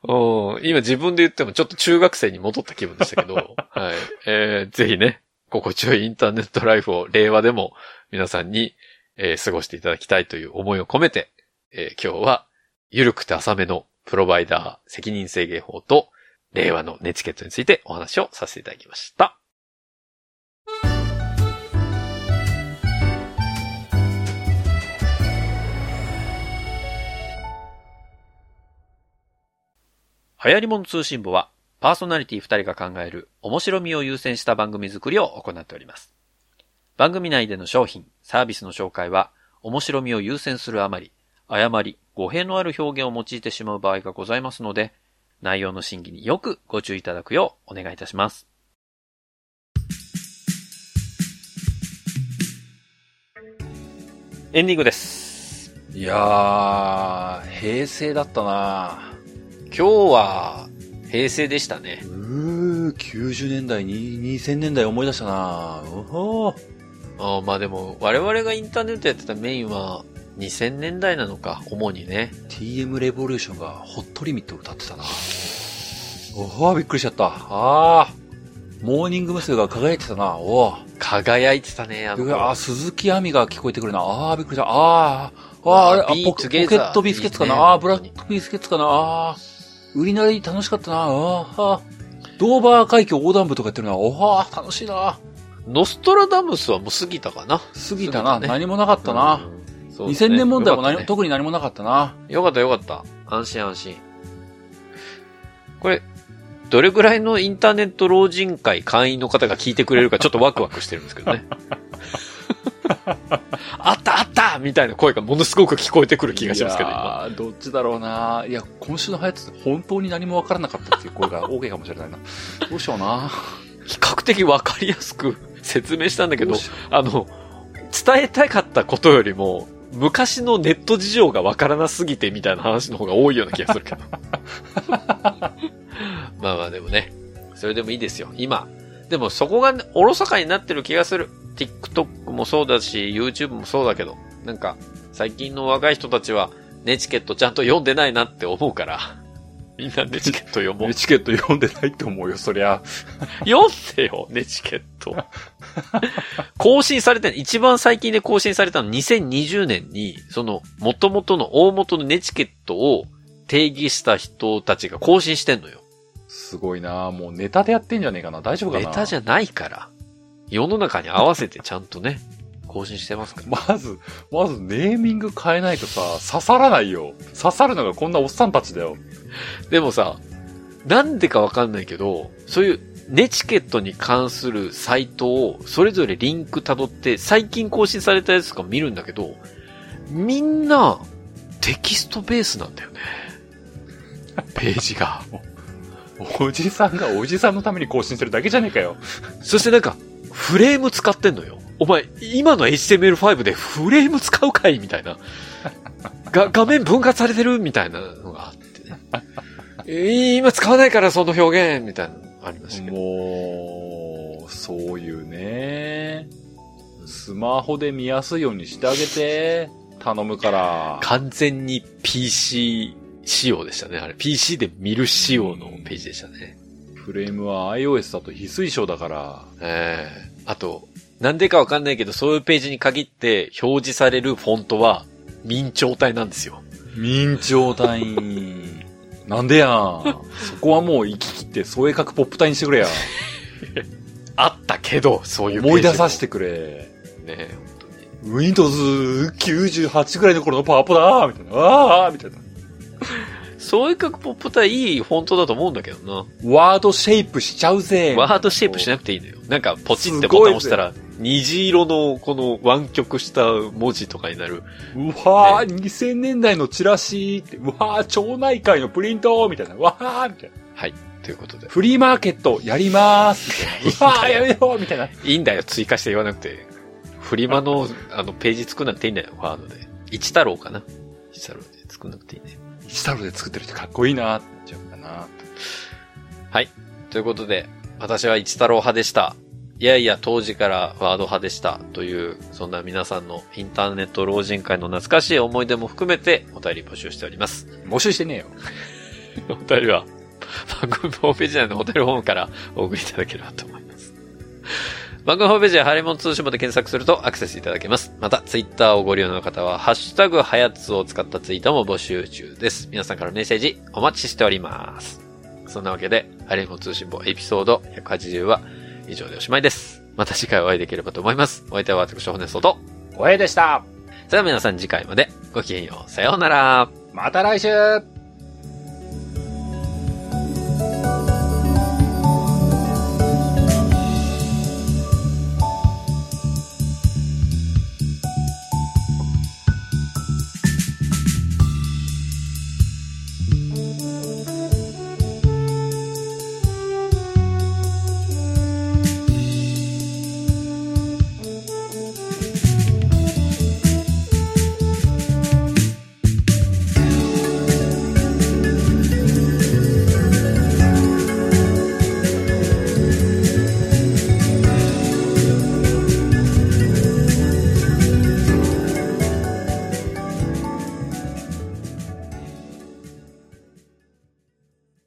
S1: うん、今自分で言ってもちょっと中学生に戻った気分でしたけど、はい。えー、ぜひね、心地よいインターネットライフを令和でも皆さんに、えー過ごしていただきたいという思いを込めて、えー今日は、ゆるくて浅めのプロバイダー責任制限法と、令和のネチケットについてお話をさせていただきました。流行り物通信部は、パーソナリティ2人が考える面白みを優先した番組作りを行っております。番組内での商品、サービスの紹介は、面白みを優先するあまり、誤り、語弊のある表現を用いてしまう場合がございますので、内容の審議によくご注意いただくようお願いいたします。エンディングです。
S2: いやー、平成だったな
S1: 今日は、平成でしたね
S2: う。ー、90年代に、2000年代思い出したなうほー
S1: あーまあでも、我々がインターネットやってたメインは、2000年代なのか、主にね。
S2: TM レボリューションがホットリミットを歌ってたなおほー、びっくりしちゃった。あー、モーニング娘。が輝いてたなおー。
S1: 輝いてたね、あの
S2: う
S1: 頃。
S2: わあ鈴木亜美が聞こえてくるな。ああ、びっくりした。ああ、ああ、あれ、
S1: ビー
S2: ポケ
S1: ツ
S2: ポ
S1: ゲ
S2: ケ
S1: ーザー
S2: ットビスケッツかな。
S1: いいね
S2: ああ、ブラックビスケッツかな。ああ、売りなり楽しかったな。あーあー、ドーバー海峡横断部とかやってるな。おは楽しいな。
S1: ノストラダムスはもう過ぎたかな。
S2: 過ぎたな。
S1: 過ぎたね
S2: 何もなかったな。
S1: うん。そうですね
S2: 2000年問題も何
S1: よ
S2: も、
S1: かっ
S2: 特に何もなかったな。
S1: たねよかったよかった。安心安心。これ、どれぐらいのインターネット老人会会員の方が聞いてくれるかちょっとワクワクしてるんですけど ね。あったあったみたいな声がものすごく聞こえてくる気がしますけど、
S2: い
S1: 今。
S2: やーどっちだろうな。いや、今週の早つ本当に何もわからなかったっていう声が OK かもしれないな。どうしような。
S1: 比較的わかりやすく説明したんだけど、あの、伝えたかったことよりも、昔のネット事情がわからなすぎてみたいな話の方が多いような気がするけど。まあまあでもね、それでもいいですよ。今。でもそこがねおろそかになってる気がする。TikTok もそうだし、YouTube もそうだけど、なんか、最近の若い人たちは、ネチケットちゃんと読んでないなって思うから、みんなネチケット読もう
S2: もう。チケット読んでないと思うよ、そりゃ。
S1: 読んでよ、ネチケット。更新されて、一番最近で更新されたの2020年に、その、元々の大元のネチケットを定義した人たちが更新してんのよ。
S2: すごいなもうネタでやってんじゃねえかな大丈夫か
S1: ネ
S2: な
S1: タじゃないから。世の中に合わせてちゃんとね、更新してますから。
S2: まず、まずネーミング変えないとさ、刺さらないよ。刺さるのがこんなおっさんたちだよ。
S1: でもさ、なんでかわかんないけど、そういうネチケットに関するサイトをそれぞれリンク辿って最近更新されたやつとか見るんだけど、みんなテキストベースなんだよね。ページが。
S2: おじさんがおじさんのために更新してるだけじゃねえかよ。
S1: そしてなんかフレーム使ってんのよ。お前、今の HTML5 でフレーム使うかいみたいな。が、画面分割されてるみたいなのがあってね。え今使わないからその表現みたいなのありましたけど。
S2: もう、そういうね。スマホで見やすいようにしてあげて。頼むから。
S1: 完全に PC 仕様でしたね。あれ、PC で見る仕様のページでしたね。
S2: フレームは iOS だと非推奨だから。
S1: ええあと、なんでかわかんないけど、そういうページに限って表示されるフォントは、明朝体なんですよ。
S2: 明朝隊員。 なんでやん。そこはもう行き切って、添え書くポップ隊にしてくれや。
S1: あったけど、そういうページも
S2: 思い出させてくれ。
S1: ね、本当に。
S2: Windows98 ぐらいの頃のパワポだみたいな。あーみたいな。
S1: そういう格ポップ体いいフォントだと思うんだけど
S2: ワードシェイプしちゃうぜ
S1: な。ワードシェイプしなくていいのよ。なんか、ポチってボタン押したら、虹色のこの湾曲した文字とかになる。
S2: うわー、2000年代のチラシって、うわー、町内会のプリントみたいな。うわーみたいな。
S1: はい。ということで。
S2: フリーマーケットやりまーすみたいな。うわー、やめろみたいな。
S1: いいんだよ、追加して言わなくて。フリマの、あの、ページ作んなくていいんだよ、ワードで。一太郎かな一太郎で作んなくていいね。
S2: 一太郎で作ってる人かっこいいなーってなっちゃうかな。
S1: ということで、私は一太郎派でした。いやいや、当時からワード派でした。という、そんな皆さんのインターネット老人会の懐かしい思い出も含めてお便り募集しております。
S2: 募集してねえよ。
S1: お便りは、番組ホームページ内のお便りフォームからお送りいただければと思います。番組ホームページやハレモン通信簿で検索するとアクセスいただけます。また、ツイッターをご利用の方は、ハッシュタグ、はやつを使ったツイートも募集中です。皆さんからのメッセージ、お待ちしております。そんなわけで、ハレモン通信簿エピソード180は以上でおしまいです。また次回お会いできればと思います。お相手は私、骨外。
S2: おえでした。
S1: それでは皆さん次回まで、ごきげんよう、さようなら。
S2: また来週